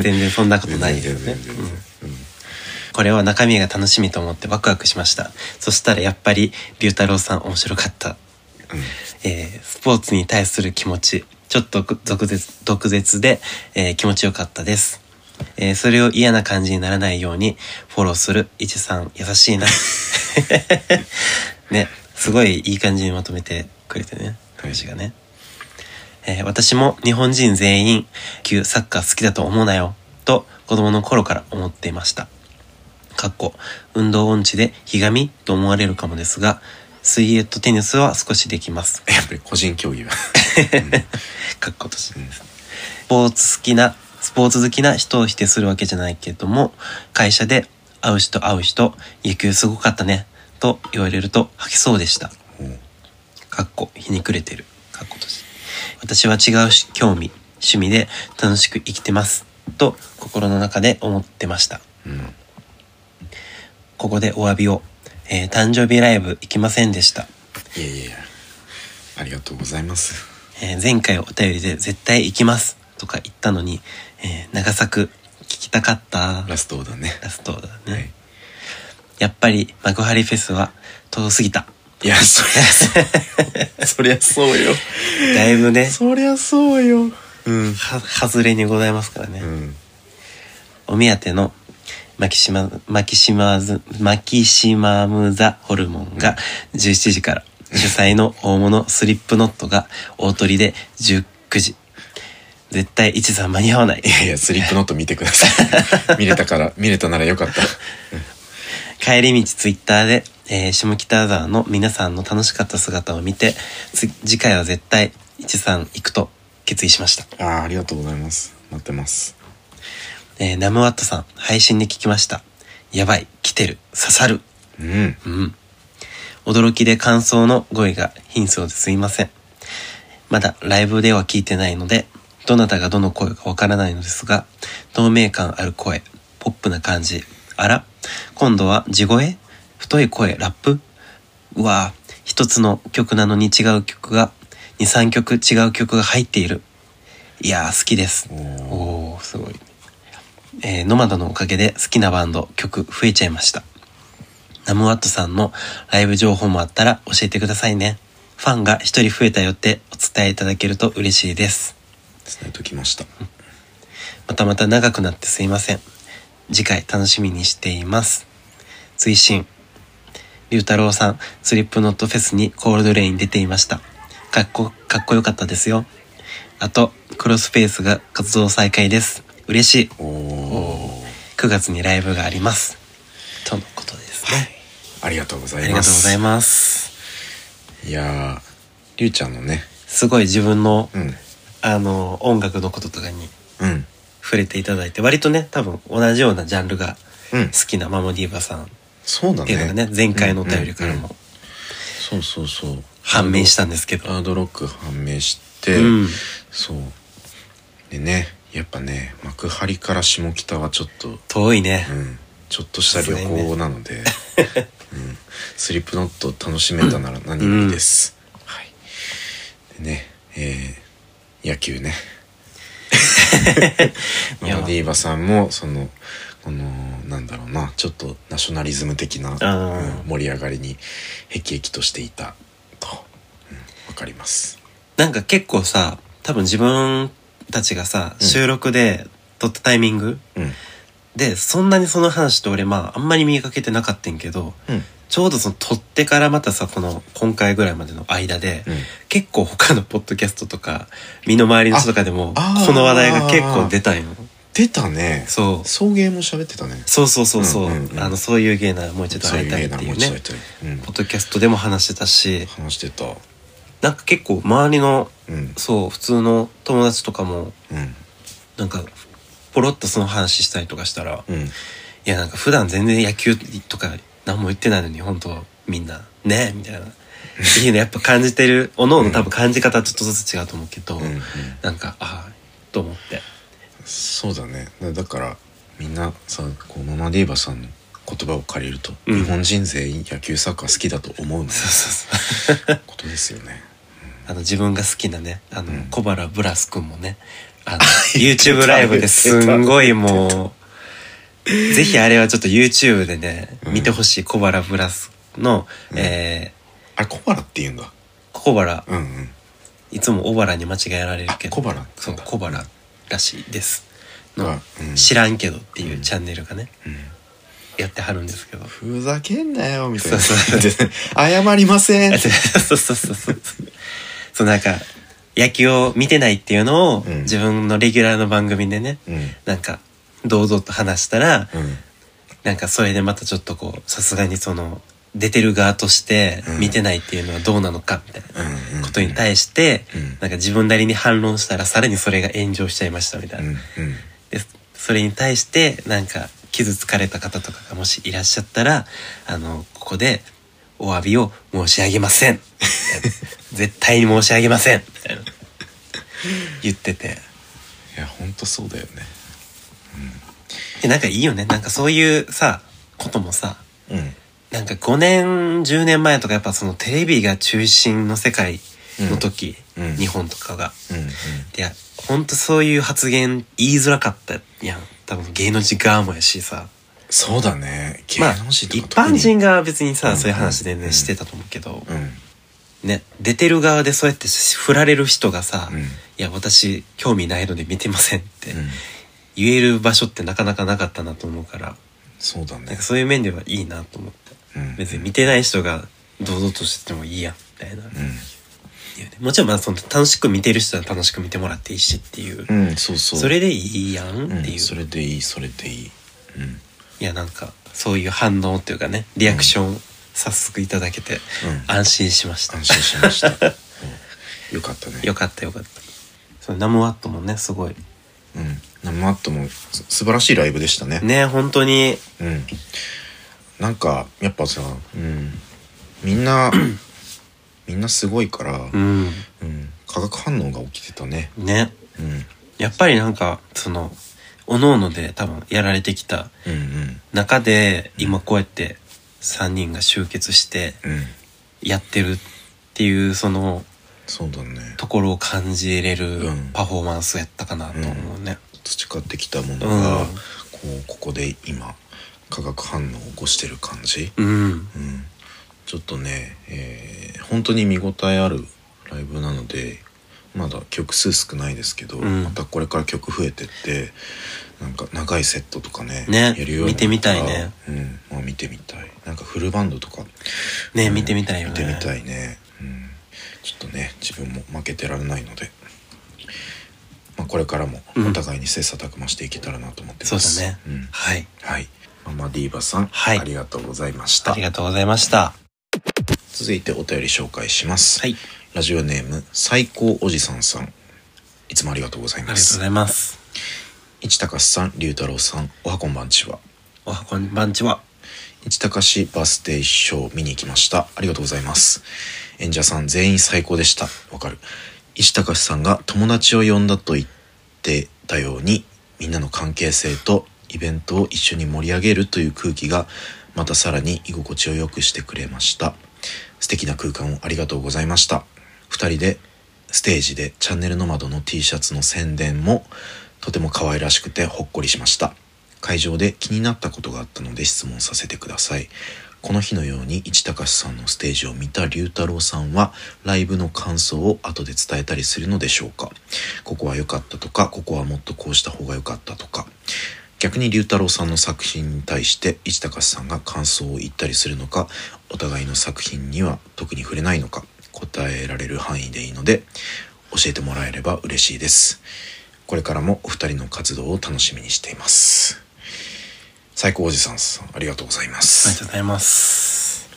全然そんなことないですよね
全然全然
うん
全然うん
これは中身が楽しみと思ってワクワクしましたそしたらやっぱり龍太郎さん面白かった
うん
えースポーツに対する気持ち、ちょっと毒舌毒舌で、えー気持ちよかったです。えーそれを嫌な感じにならないようにフォローする、いちさん優しいな。 ね、すごいいい感じにまとめてくれてね、話がね。えー私も日本人全員、旧サッカー好きだと思うなよ、と子供の頃から思っていました。かっこ運動音痴でひがみと思われるかもですが、水泳とテニスは少しできます。
やっぱり個人競技は
かっことしです。スポーツ好きな、スポーツ好きな人を否定するわけじゃないけれども、会社で会う人会う人、野球すごかったね、と言われると吐きそうでした。
おう
かっこ、ひにくれてる。かっことし私は違うし興味、趣味で楽しく生きてます。と心の中で思ってました。
うん
ここでお詫びを。えー誕生日ライブ行きませんでした。
いやいやいやありがとうございます
えー前回お便りで絶対行きますとか言ったのに、えー長作聞きたかった
ラストオーダーね
ラストだね、
はい
やっぱり幕張フェスは遠すぎた
いやそりゃ そうそりゃそうよ
だいぶ ね
そりゃそうようん
は外れにございますからね、
うん
お目当てのマキシママキシマズマキシマムザホルモンが17時から主催の大物スリップノットが大鳥で19時絶対一さん間に合 わない
いやいやスリップノット見てくださ い見れたから見れたならよかった
帰り道ツイッターで、えー下北沢の皆さんの楽しかった姿を見てつ次回は絶対一さん行くと決意しました、
ああありがとうございます待ってます
えーナムワットさん配信で聞きましたやばい来てる刺さる
うん
うん驚きで感想の語彙が貧相ですいませんまだライブでは聞いてないのでどなたがどの声かわからないのですが透明感ある声ポップな感じあら今度は地声太い声ラップうわぁ一つの曲なのに違う曲が23曲違う曲が入っているいやー好きです
おー
おーすごい、えーノマドのおかげで好きなバンド曲増えちゃいましたナムワットさんのライブ情報もあったら教えてくださいね。ファンが一人増えたよってお伝えいただけると嬉しいです。
伝えときました
またまた長くなってすいません。次回楽しみにしています。追伸龍太郎さん、スリップノットフェスにコールドレイン出ていました。かっこ、かっこよかったですよ。あと、クロスペースが活動再開です。嬉しい。
おお
9月にライブがあります。とのことですね。
ありがとうござ
あ
い
りが
ま
とうご
す
ざいます。
いやーりゅうちゃんのね
すごい自分の、
うん
あの音楽のこととかに
うん
触れていただいて割とね多分同じようなジャンルが
うん
好きなマモディーバさんっ
そうだ
ていうのが
ね
ね前回のお便りから
うんうんうん
も
そうそうそう
判明したんですけど、
ハードロック判明して、
うん
そうでねやっぱね幕張から下北はちょっと、
遠いね
う、ん、ちょっとした旅
そうだよ
行なので、うん、スリップノット楽しめたなら何より です、はいでねえー野球ね
いや
まあディーバさんもそのこのなんだろうなちょっとナショナリズム的な、
ー
うん盛り上がりに辟易としていたと、うんわかります。
なんか結構さ多分自分たちがさ
うん
収録で撮ったタイミング
うん
でそんなにその話って俺まああんまり見かけてなかったんけど
うん
ちょうどその撮ってからまたさこの今回ぐらいまでの間で、
うん
結構他のポッドキャストとか身の回りの人とかでも
ああー
この話題が結構出たんよ。
出たね
そう
送迎も喋ってたね
そうそうそうそう,、
うんうんうん
あのそういう芸ならもう一度
そう
会
い
いうたい
芸ならもう
っていう
一度会
ね
いたい、うん、
ポッドキャストでも話してたし
話してた
なんか結構周りの
うん
そう普通の友達とかも
うん
なんかポロッとその話したりとかしたら、
う
い
ん
やなんか普段全然野球とか何も言ってないのに本当みんな「ねえ」みたいなっていうのやっぱ感じてるおのおの多分感じ方はちょっとずつ違うと思うけど、
うんうん
なんかああと思って
そうだねだだからみんなさこうママディーバさんの言葉を借りると、
うん
日本人全員野球サッカー好きだと思うの
そうそうそう
ことですよね
あの自分が好きなねあの、
うん
小原ブラス君もねあの YouTube ライブですんごいもうぜひあれはちょっと YouTube でね、
うん
見てほしい小原ブラスの、
うん
え
あれ小腹って言うんだ
ー、小原
うんうん
いつも小原に間違えられるけど
あ小原
そう小原らしいです
う
の
ん
「知らんけど」っていうチャンネルがね、
うん
やってはるんですけど
ふざけんなよみたいな
そうそう
謝りません
そうそうそうそうそうなんか野球を見てないっていうのを、
うん
自分のレギュラーの番組でね
うん
なんか堂々と話したら、
うん
なんかそれでまたちょっとこうさすがにその出てる側として
うん
見てないっていうのはどうなのかみたいな
うんうん
ことに対して、
うん
なんか自分なりに反論したらさらにそれが炎上しちゃいましたみたいな、
うんうん
でそれに対してなんか傷つかれた方とかがもしいらっしゃったらあのここでお詫びを申し上げません 絶対に申し上げませんみたいな言ってて
いやほんとそうだよね
でなんかいいよねなんかそういうさこともさ
うん
なんか5年10年前とかやっぱそのテレビが中心の世界の
うん
時、
うん
日本とかが。
うんうん
でほんとそういう発言言いづらかったやん多分芸能人側もやしさ。
そうだね芸
まあ、
能人と
一
か特
般
に
人が別にさ、
うん
そういう話でね、
うん
してたと思うけど、
うん
ね出てる側でそうやって振られる人がさ「
うん
いや私興味ないので見てません」って
うん
言える場所ってなかなかなかったなと思うから
そうだ
なん
ね
かそういう面ではいいなと思って
うん
別に見てない人が堂々としててもいいやみたいな、もちろんまあその楽しく見てる人は楽しく見てもらっていいしっていう、
うんうんそうそう
それでいいやんっていう、
うん、それでいいそれでいいうん
いやなんかそういう反応というかねリアクション早速いただけて
うん
安心しました、
安心しました、うん、よかったね
よかったよかったそのナムワットもねすご
う
い
ん生アットもす素晴らしいライブでしたね
ね本当に
うんなんかやっぱさ、うん、みん なみんなすごいから、う
うんん
化学反応が起きてたね
ね
うん
やっぱりなんかそのおのので多分やられてきた
うんうん
中で今こうやって3人が集結して
うん
やってるっていうその
そうだね
ところを感じれる
うん
パフォーマンスやったかなと思うね、
培ってきたものが、
うん
こうここで今化学反応を起こしてる感じ、
うん
うん、ちょっとね、えー本当に見応えあるライブなのでまだ曲数少ないですけど、
うん
またこれから曲増えてってなんか長いセットとかね
ね
やるようになったら
見てみたいね、
うんまあ、見てみたいなんかフルバンドとか
ね
うん
見てみたいよね
見てみたいね、うん、ちょっとね自分も負けてられないので、まあ、これからも
うん
お互いに切磋琢磨していけたらなと思って
そ
ま
うだ
す、
ね、
ん
はい
はいママディーバさん、
はい
ありがとうございまし
あ
た
りがとうございました
続いてお便り紹介します、
はい
ラジオネーム最高おじさんさんいつもありがとうござい
ありが
ま
とうご
す
ざいます
市高さん龍太郎さんおはこんばんちは
おはこんばんちは
市高市バス停ショー見に行きましたありがとうございます演者さん全員最高でしたわかる市高さんが友達を呼んだと言ってたようにみんなの関係性とイベントを一緒に盛り上げるという空気がまたさらに居心地を良くしてくれました素敵な空間をありがとうございました2人でステージでチャンネルの窓の T シャツの宣伝もとても可愛らしくてほっこりしました会場で気になったことがあったので質問させてくださいこの日のように市高さんのステージを見た龍太郎さんはライブの感想を後で伝えたりするのでしょうかここは良かったとかここはもっとこうした方が良かったとか逆に龍太郎さんの作品に対して市高さんが感想を言ったりするのかお互いの作品には特に触れないのか答えられる範囲でいいので教えてもらえれば嬉しいですこれからもお二人の活動を楽しみにしています最高おじさんさんありがとうございます、
とうございます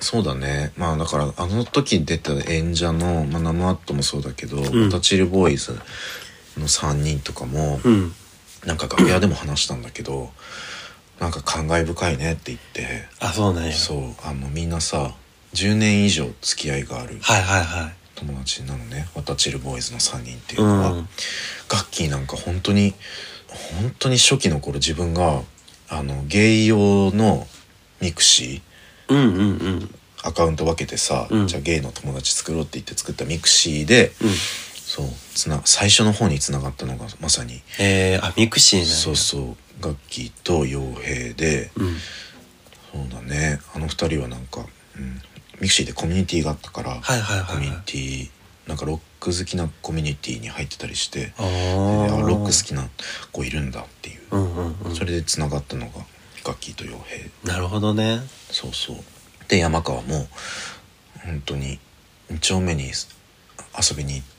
そうだねまあだからあの時出た演者の、まあ、ナムアットもそうだけど、
ん
またチルボーイズの3人とかも、
うん
なんか楽屋でも話したんだけどなんか感慨深いねって言って
あそうなんや
そうあのみんなさ10年以上付き合いがある
はいはいはい
友達なのねワタチルボーイズの3人っていう
う
のは、
ん
ガッキーなんか本当に本当に初期の頃自分があのゲイ用のミクシー
うんうんうん
アカウント分けてさ、
うん
じゃあゲイの友達作ろうって言って作ったミクシーで、
うん
そうつな最初の方に繋がったのがまさに、
えー、あミクシーなんや
そうそうガッキーと傭兵で、
うん
そうだねあの二人はなんか、うん、ミクシーでコミュニティがあったから、
はいはいはい
コ
はい
ミュニティなんかロック好きなコミュニティに入ってたりして
あ
であ
ー
ロック好きな子いるんだっていう、
うんうんうん
それで繋がったのがガッキーと傭兵
なるほどね
そうそうで山川も本当に2丁目に遊びに行って、
うん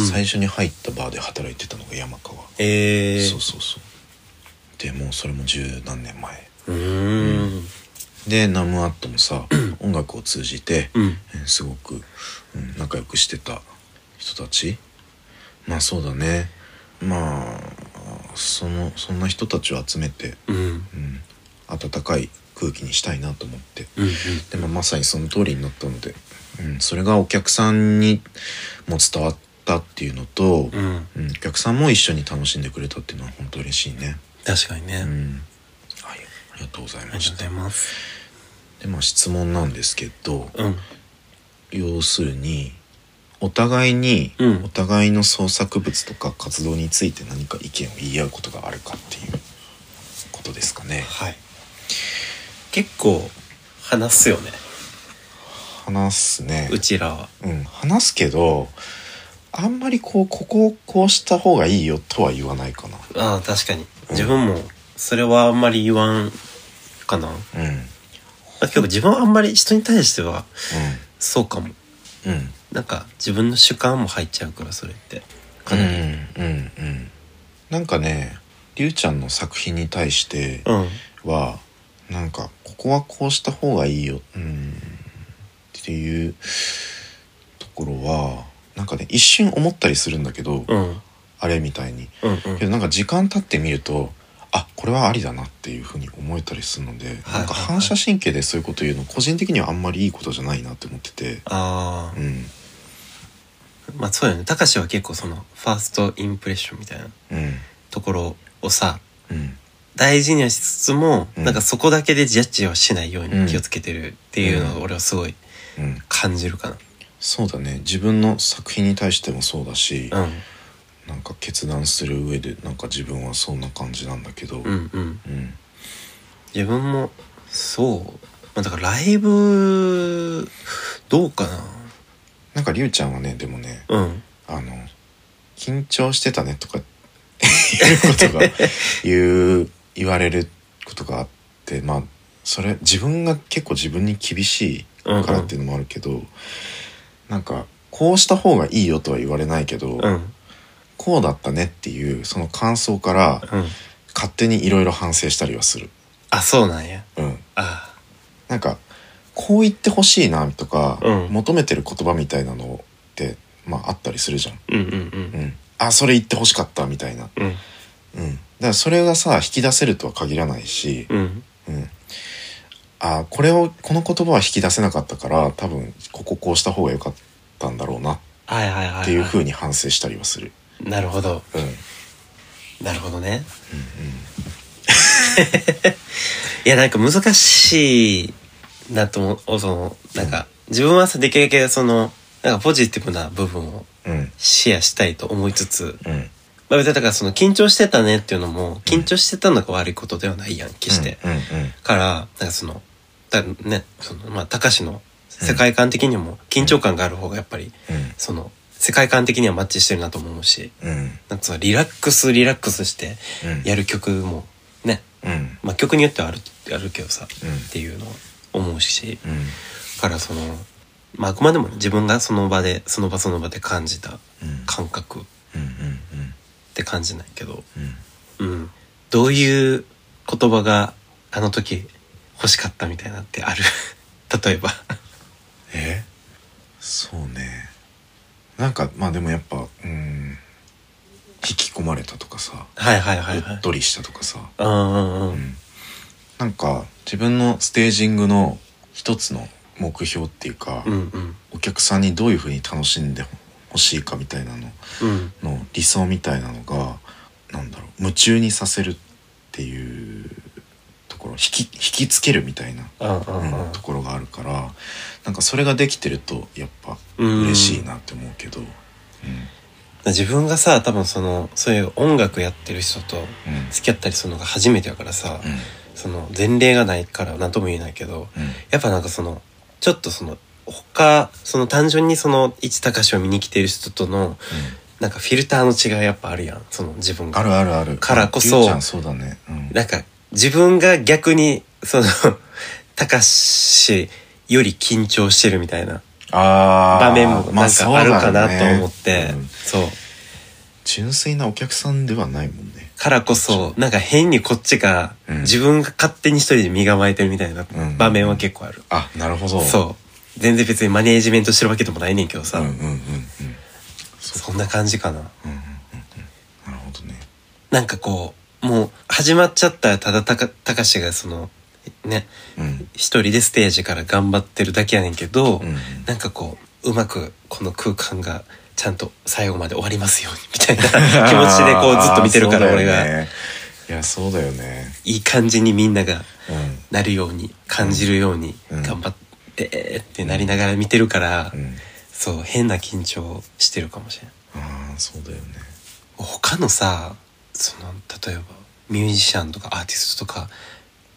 最初に入ったバーで働いてたのが山川、
えー、
そうそうそうでもうそれも十何年前
うーん
でナムアットも さ音楽を通じて、
うん
えーすごく、うん、仲良くしてた人たちまあそうだねまあそのそんな人たちを集めて、
うんうん
うん、温かい空気にしたいなと思って
うん
でもまさにその通りになったので、うん、それがお客さんにも伝わったっていうのと、
うん
うんお客さんも一緒に楽しんでくれたっていうのは本当嬉しいね。
確かにね、
うん、はい、ありがとうござい
あり
ま
がと
し
うご
た
ざい。ます
でまあ質問なんですけど、
うん
要するにお互いに、
うん
お互いの創作物とか活動について何か意見を言い合うことがあるかっていうことですかね。
はい結構話すよね
話すね。
うちらは
うん、話すけどあんまりこうここをこうした方がいいよとは言わないかな
ああ確かに自分もそれはあんまり言わんかな、
うんうん
あ結構自分はあんまり人に対してはそうかも
うん
なんか自分の主観も入っちゃうからそれってかなり
うんうんうんなんかねりゅうちゃんの作品に対して
うん、
はなんかここはこうした方がいいようんっていうところはなんかね一瞬思ったりするんだけど、
うん、うん
あれみたいに
うん
けどなんか時間経ってみるとあこれはありだなっていうふうに思えたりするので、
はい
なんか反射神経でそういうこと言うの個人的にはあんまりいいことじゃないなって思ってて
ああ
うん
まあそうよねたかしは結構そのファーストインプレッションみたいな
うん
ところをさ
うん
大事にはしつつも、
うん
なんかそこだけでジャッジはしないよう
うん
に気をつけてるっていうのを俺はすごい
うん
感じるか
そうだね自分の作品に対してもそうだし、
な、うん、
なんか決断する上でなんか自分はそんな感じなんだけど、う
うんんうん自分もそうまあだからライブどうか
なんかりゅうちゃんはねでもね
なうん
あの緊張してたねとかいうことが言う言われることがあってまあそれ自分が結構自分に厳しいからっていうのもあるけど、なんかこうした方がいいよとは言われないけど、
うん
こうだったねっていうその感想から
うん
勝手にいろいろ反省したりはする。
あそうなんや
うん、
あ
なんかこう言ってほしいなとか、
うん
求めてる言葉みたいなのって、まあ、あったりするじゃん。
うんうんうん
うん、あそれ言ってほしかったみたいな
うん
うん、だからそれがさ引き出せるとは限らないし、
うん
うん、あこれをこの言葉は引き出せなかったから多分こここうした方が良かったんだろうなっ
はいはいはい、は
ていうふう
に
に反省したりはする。
なるほど
うん
なるほどねいやなんか難しいなと思うそのなんか自分はさできるだけそのなんかポジティブな部分を
ううん
シェアしたいと思いつつ、
うん
まあ別にだからその緊張してたねっていうのも、緊張してたのが悪いことではないやん、決して。
うんうん
から、なんかその、だね、その、まあ、高志の世界観的にも緊張感がある方がやっぱり、その、世界観的にはマッチしてるなとも思うし、
うんうん
なんかそのリラックスリラックスして
うん
やる曲もね、
うん
まあ曲によってはある、あるけどさ、
うん
っていうのを思うし、
うん
からその、まああくまでも自分がその場で、その場その場で感じた
うん
感覚っ
うん
て感じないけど、
うんうん
うん。どういう言葉があの時欲しかったみたいなってある 例えば。
えそうねなんかまあでもやっぱうん引き込まれたとかさ
はいはいは
う
いはい
っ。とりしたとかさ、
うんうんう。
うんん、なんか自分のステージングの一つの目標っていうか、
うんうん。
お客さんにどういうふうに楽しんでほしいかみたいなの
うん。
の理想みたいなのがなんだろう夢中にさせるっていうところ引き引きつけるみたいな、
うんう
うん
んうん。
ところがあるからなんかそれができてるとやっぱ
うん
嬉しいなって思うけど、うん
自分がさ、多分その、そういう音楽やってる人と
うん
付き合ったりするのが初めてやからさ、
うん
その前例がないから何とも言えないけど、やっぱなんかその、ちょっとその、他、その単純にその、一高しを見に来てる人との、なんかフィルターの違いやっぱあるやん。その自分
うん
が
あ。るあるある
からこそ
ゆうちゃんそうだね、うん
なんか、自分が逆に、その、 たかしより緊張してるみたいな
あー
場面も
ま
なん
そう
かあ
だ
る
ろう
かなと思って、
ねうん
そう。
純粋なお客さんではないもんね
からこそ、なんか変にこっちが、
うん
自分が勝手に一人で身構えてるみたいな
うん
場面は結構ある。
あなるほど
そう。全然別にマネージメントしてるわけでもないねんけどさ、
うんうんうんうん
そんな感じかな。
うんうんうんうんなるほどね
なんかこう、もう始まっちゃったらただたか、たかしがその、ね、
うん
一人でステージから頑張ってるだけやねんけど、
うん
なんかこう、うまくこの空間がちゃんと最後まで終わりますように、み たいな気持ちでこうずっと見てるから、
あーそ
俺
うだ
が、
よねいやそうだよね
いい感じにみんなが
う
なるように、感じるように、
うん
頑張ってってなりながら見てるから、
んうん
そう、変な緊張してるかもしれない。
ああそうだよね
他のさ、その、例えば、ミュージシャンとかアーティストとか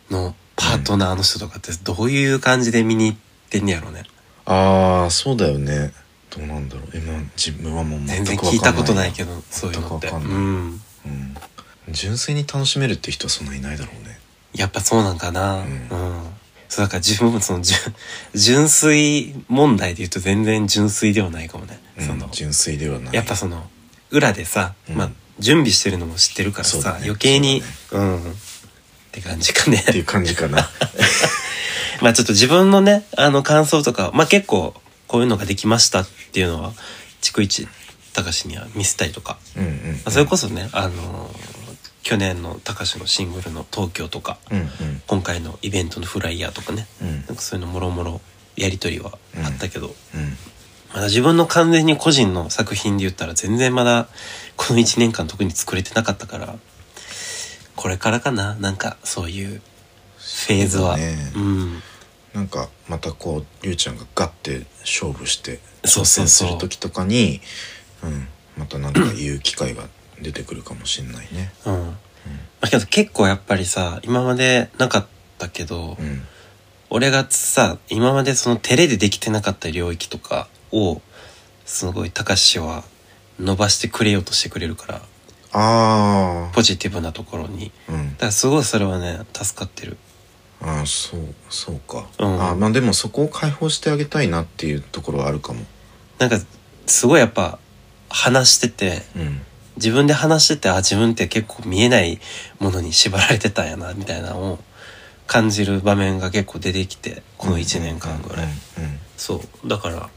のパートナーの人とかってどういう感じで見に行ってんねやろうね。
ああそうだよねどうなんだろう今自分はもう
全
全
然
く
聞いたことない
ど、
けど、そういうのって。
全
う
くわかんないう
ん。
ん、純粋に楽しめるって人はそんないないだろうね
やっぱそうなんかな。う
うんん。
そうだから自分もその純、純粋問題で言うと全然純粋ではないかもね。
うん
その、
純粋ではない
やっぱその、裏でさ、
うん
まあ、準備してるのも知ってるから
そう
さ、
だね
余計に、
そ
うん。って感じかね
っ。ていう感じかな
まあちょっと自分のね、あの感想とか、まあ結構、こういうのができましたっていうのは、逐一、高志には見せたりとか。
うんうん、うん
まあ、それこそね、あの去年の高志のシングルの東京とか、
うんうん
今回のイベントのフライヤーとかね、
うん
なんかそういうのもろもろやり取りはあったけど、
うん
まだ自分の完全に個人の作品で言ったら全然まだこの1年間特に作れてなかったからこれからかななんかそういうフェーズはう,、
そうだね
ん
なんかまたこうりゅうちゃんがガッて勝負して
そう
挑
そ
戦
う
す
そう
る時とかにうんまたなんか言う機会が出てくるかもしんないね
うん、まあけど結構やっぱりさ今までなかったけど、
うん
俺がさ今までその照れでできてなかった領域とかをすごい高志は伸ばしてくれようとしてくれるから
あ
ポジティブなところに
あうん
だからすごいそれはね助かってる
ああそうそうか、
うん
あーまあでもそこを解放してあげたいなっていうところはあるかも
なんかすごいやっぱ話してて
うん
自分で話しててあ自分って結構見えないものに縛られてたんやなみたいなのを感じる場面が結構出てきてこの1年間ぐらい、
うんうん
そうだから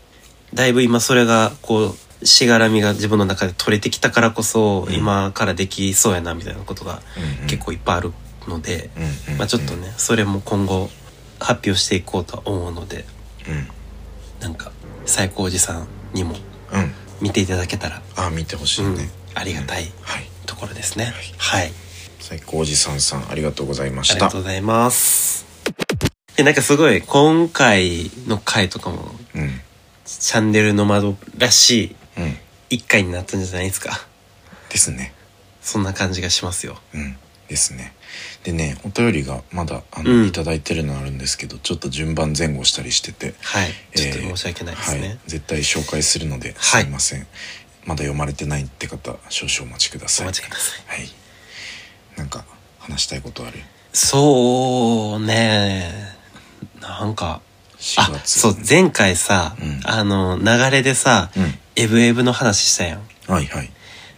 だいぶ今それがこうしがらみが自分の中で取れてきたからこそ、
うん
今からできそうやなみたいなことが
うんうん
結構いっぱいあるので、
うんうんうん
まあ、ちょっとねそれも今後発表していこうとは思うので
うん
なんか最高おじさんにも
うん
見ていただけたら、
ああ見てほし
う
いね、
ん、ありがたい
はい
ところですねはい
最高おじさんさんありがとうございま
あ
し
り
た
がとうございますでなんかすごい今回の回とかも
うん
チャンネルの窓らしい
うん
一回になったんじゃないですか
ですね
そんな感じがしますよ
うんですねでねお便りがまだあの、
うん
いただいてるのあるんですけどちょっと順番前後したりしてて
はいちょっと
えー
申し訳ないです
はい
ね、、
絶対紹介するので
は
す
い
いません、まだ読まれてないって方少々お待ちください
お待ちください
はいなんか話したいことある
そうねなんか
4
あ
月
そう前回さ、
うん
あの流れでさ、
うん
エブエブの話したやん
はいはい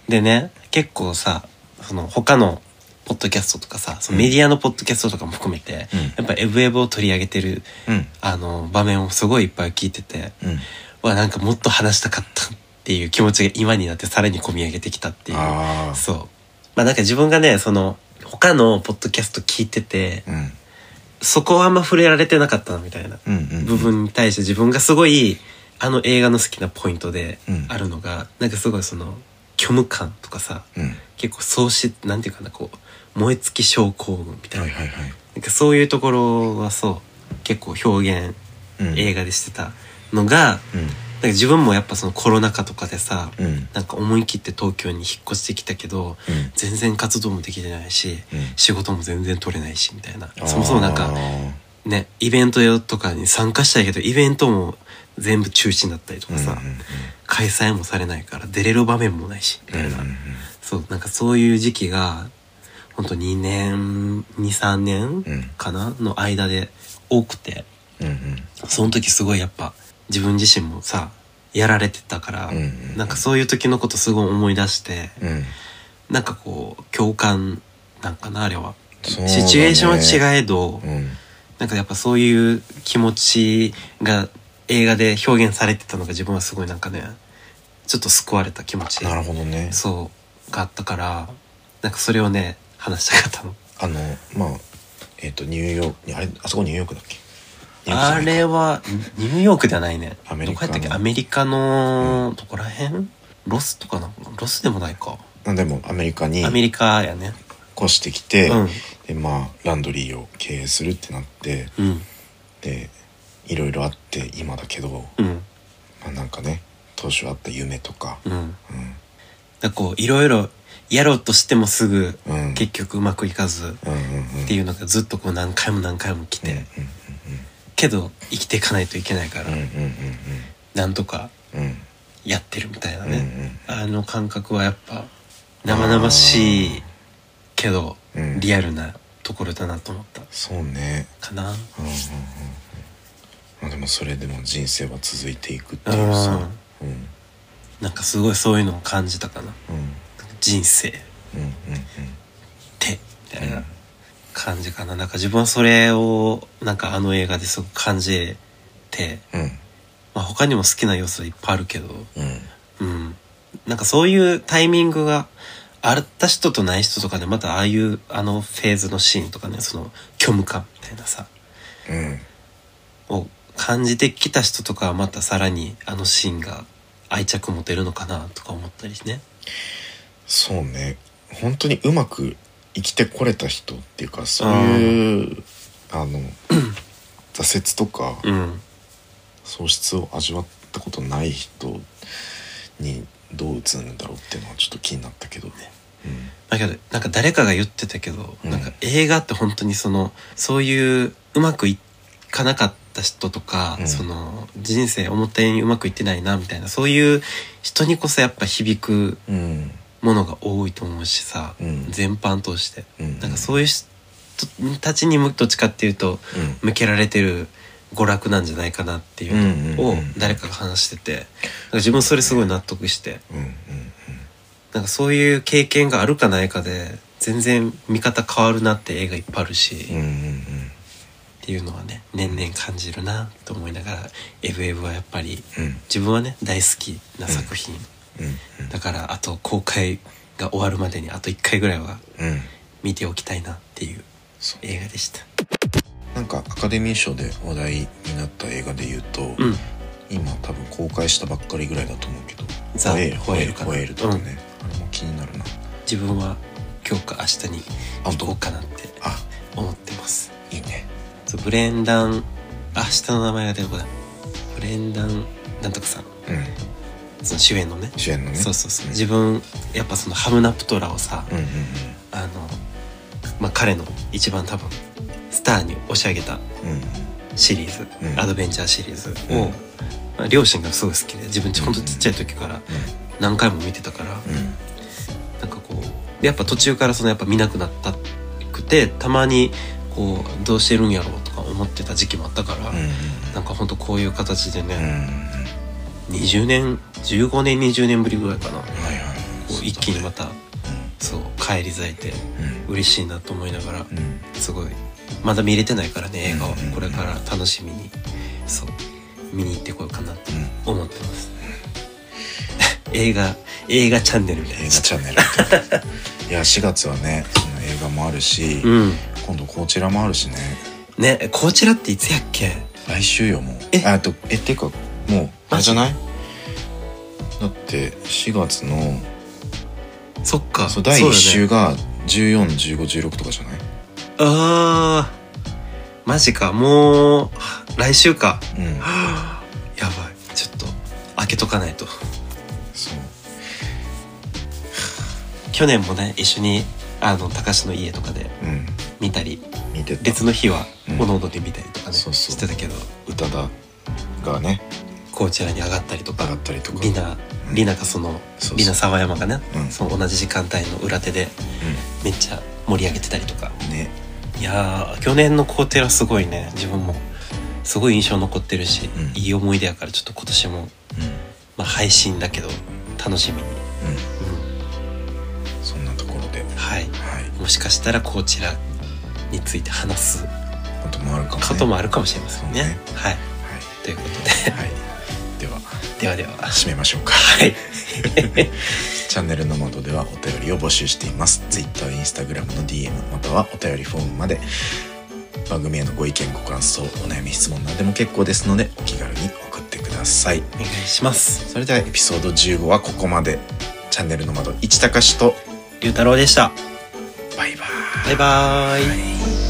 でね結構さその他のポッドキャストとかさその
うん
メディアのポッドキャストとかも含めて、
うん
やっぱエブエブを取り上げてる
うん
あの場面をすごいいっぱい聞いてて、
うん
わなんかもっと話したかったっていう気持ちが今になってさらに込み上げてきたっていう
あ
そうまあなんか自分がねその他のポッドキャスト聞いてて
あうん
そこはあんま触れられてなかったなみたいな
うんうんうん
部分に対して自分がすごいあの映画の好きなポイントで
うん
あるのが、なんかすごいその虚無感とかさ
うん
結構喪失なんていうかなこう燃え尽き症候群みたいな,、
はいはいはい
なんかそういうところはそう結構表現
うん
映画でしてたのが、なんか自分もやっぱそのコロナ禍とかでさ、
うんうん
なんか思い切って東京に引っ越してきたけど
うん
全然活動もできてないし、
うん
仕事も全然取れないしみたいなそもそもなん
あ
か
ー
ねイベントよとかに参加したいけどイベントも全部中止になったりとかさ、
うんうんうん
開催もされないから出れる場面もないしみたいな、
うんうん
そうなんかそういう時期がほんと2年23
う
年
ん
かな、の間で多くて
うんうん
その時すごいやっぱ自分自身もさやられてたから、
うんうんうん
なんかそういう時のことすごい思い出して、
うん
なんかこう共感なんかなあれは、
そうだね
シチュエーションは違えど、
うん
なんかやっぱそういう気持ちが映画で表現されてたのが自分はすごいなんかねちょっと救われた気持ち
なるほどね
そうがあったからなんかそれをね話したかったの
あのまあえっ、とニューヨークあれあそこニューヨークだっけニューヨー
あ
クじゃないか
れはニューヨークではないね
アメリカの
どこやったっけアメリカのどこら辺ロスとかなロスでもないか
あでもアメリカに
アメリカやね
越してきて、
うん
でまあランドリーを経営するってなって
うん
でいろいろあって今だけど、ま
うん
あ、なんかね当初あった夢とか、
うん
うん
だからこういろいろやろうとしてもすぐ
うん
結局うまくいかず
うんうんうん、
っていうのがずっとこう何回も何回も来て、けど生きていかないといけないから、
うんうんうん
なんとか
うんうん
やってるみたいな
うんうん
ね、あの感覚はやっぱ生々しいけど、
うん
リアルなところだなと思った
そうね
かな。
うんうんうんうんまあでもそれでも人生は続いていくっていうさうん
なんかすごいそういうのを感じたかな。
うん
人生っ
うんうん
て、みたい
うん
な感じかな。なんか自分はそれを、なんかあの映画ですごく感じて、
うん
まあ他にも好きな要素いっぱいあるけど、
うんうん
うん。なんかそういうタイミングがあった人とない人とかで、またああいう、あのフェーズのシーンとかね、その虚無感みたいなさ、
うん
を感じてきた人とかはまたさらにあのシーンが愛着持てるのかなとか思ったりね。
そうね本当にうまく生きてこれた人っていうかそういうあの挫折とか
うん。
喪失を味わったことない人にどう映るんだろうっていうのはちょっと気になったけどね。
だけど、なんか誰かが言ってたけど、
うん
なんか映画って本当にその、そういううまくいかなかった人とか、
うん
その人生表にうまくいってないなみたいな、そういう人にこそやっぱ響く
うんうん
ものが多いと思うしさ、
うん
全般通して。
うん
なんかそういう人たちにもどっちかっていうと、
うん
向けられてる娯楽なんじゃないかなっていうの
うんう
を
んうん
誰かが話しててなんか自分それすごい納得して
うんうん
なんかそういう経験があるかないかで全然見方変わるなって映画いっぱいあるし
うんうんう
っ
んうん
ていうのはね年々感じるなと思いながら「エブエブはやっぱり
うん
自分はね大好きな作品
うん
だからあと公開が終わるまでにあと1回ぐらいは
うんうん
見ておきたいなっていう
そう
映画でした。
なんかアカデミー賞で話題になった映画で言うと、
うん
今多分公開したばっかりぐらいだと思うけど
ザ
ホエール
ホ
ホ
エ
エー
ール
ル
かな
ホエールとかね、あれも気になるな
自分は今日か明日に行こうかなって
あ
思ってます
いいね
そうブレンダンあ下の名前が出てこないブレンダンなんとかさん
うん
その主演のね
主演のね
そうそうそう、
ん
自分やっぱそのハムナプトラをさ、
うんうんうん
あのまあ彼の一番多分スターに押し上げた
うん
シリーズ、
うん
アドベンチャーシリーズ
う
を、
ん
まあ両親がすごい好きで自分ちほんとちっちゃい時から何回も見てたから、
うん
なんかこうでやっぱ途中からそのやっぱ見なくなったくてたまにこうどうしてるんやろうとか思ってた時期もあったから、
うん
なんかほんとこういう形で
うんうん
ね、
は
20年15年20年ぶりぐらいかな、こ
いはいう
一気にまたそう返り咲いて
うん
嬉しいなと思いながら
うんうん
すごいまだ見れてないからね映画を
うんうんうん
これから楽しみにそう見に行ってこようかなって
うん
思ってます 映画映画チャンネルみたい
映
な
画チャンネ ルいや4月はねその映画もあるし、
うん
今度こちらもあるしね
ねこちらっていつやっけ
来週よもう
え
ああとえっていうかもうあ
マ
れ
ジ
じゃないだって4月の
そっか
そう第1
そうだ
週
ね、
が141516とかじゃない
あーマジかもうは来週か
う,、ん
はあやばいちょっと開けとかないと
そう
去年もね一緒にあの高志の家とかで
うん
見たり
見てた
別の日は
うん
おのおので見たりとかね、
そうそう
してたけど
宇多田がね
こちらに上がったりと
上が
か
ったりとか
リナ
うん
リナがその
そうそう
リナ沢山がね、
うん
その同じ時間帯の裏手でめっちゃ盛り上げてたりとか
うんね
いやー去年のコーテラすごいね自分もすごい印象残ってるし、
うん
いい思い出やからちょっと今年も、
うん
まあ、配信だけど楽しみに、
うん
うん
そんなところで
はい
はい
もしかしたらこちらについて話す
こともあるかも、ね、
こともあるかもしれませんね
そうね
はい
は
ということ
い、はい、で は
でではではは
締めましょうか
い
チャンネルの窓ではお便りを募集しています。Twitter、Instagram の DM またはお便りフォームまで番組へのご意見、ご感想、お悩み、質問などでも結構ですのでお気軽に送ってください。
お願いします
それではエピソード15はここまで。チャンネルの窓、市高しと
龍太郎でした
バイバーイ。
バイバーイ
はい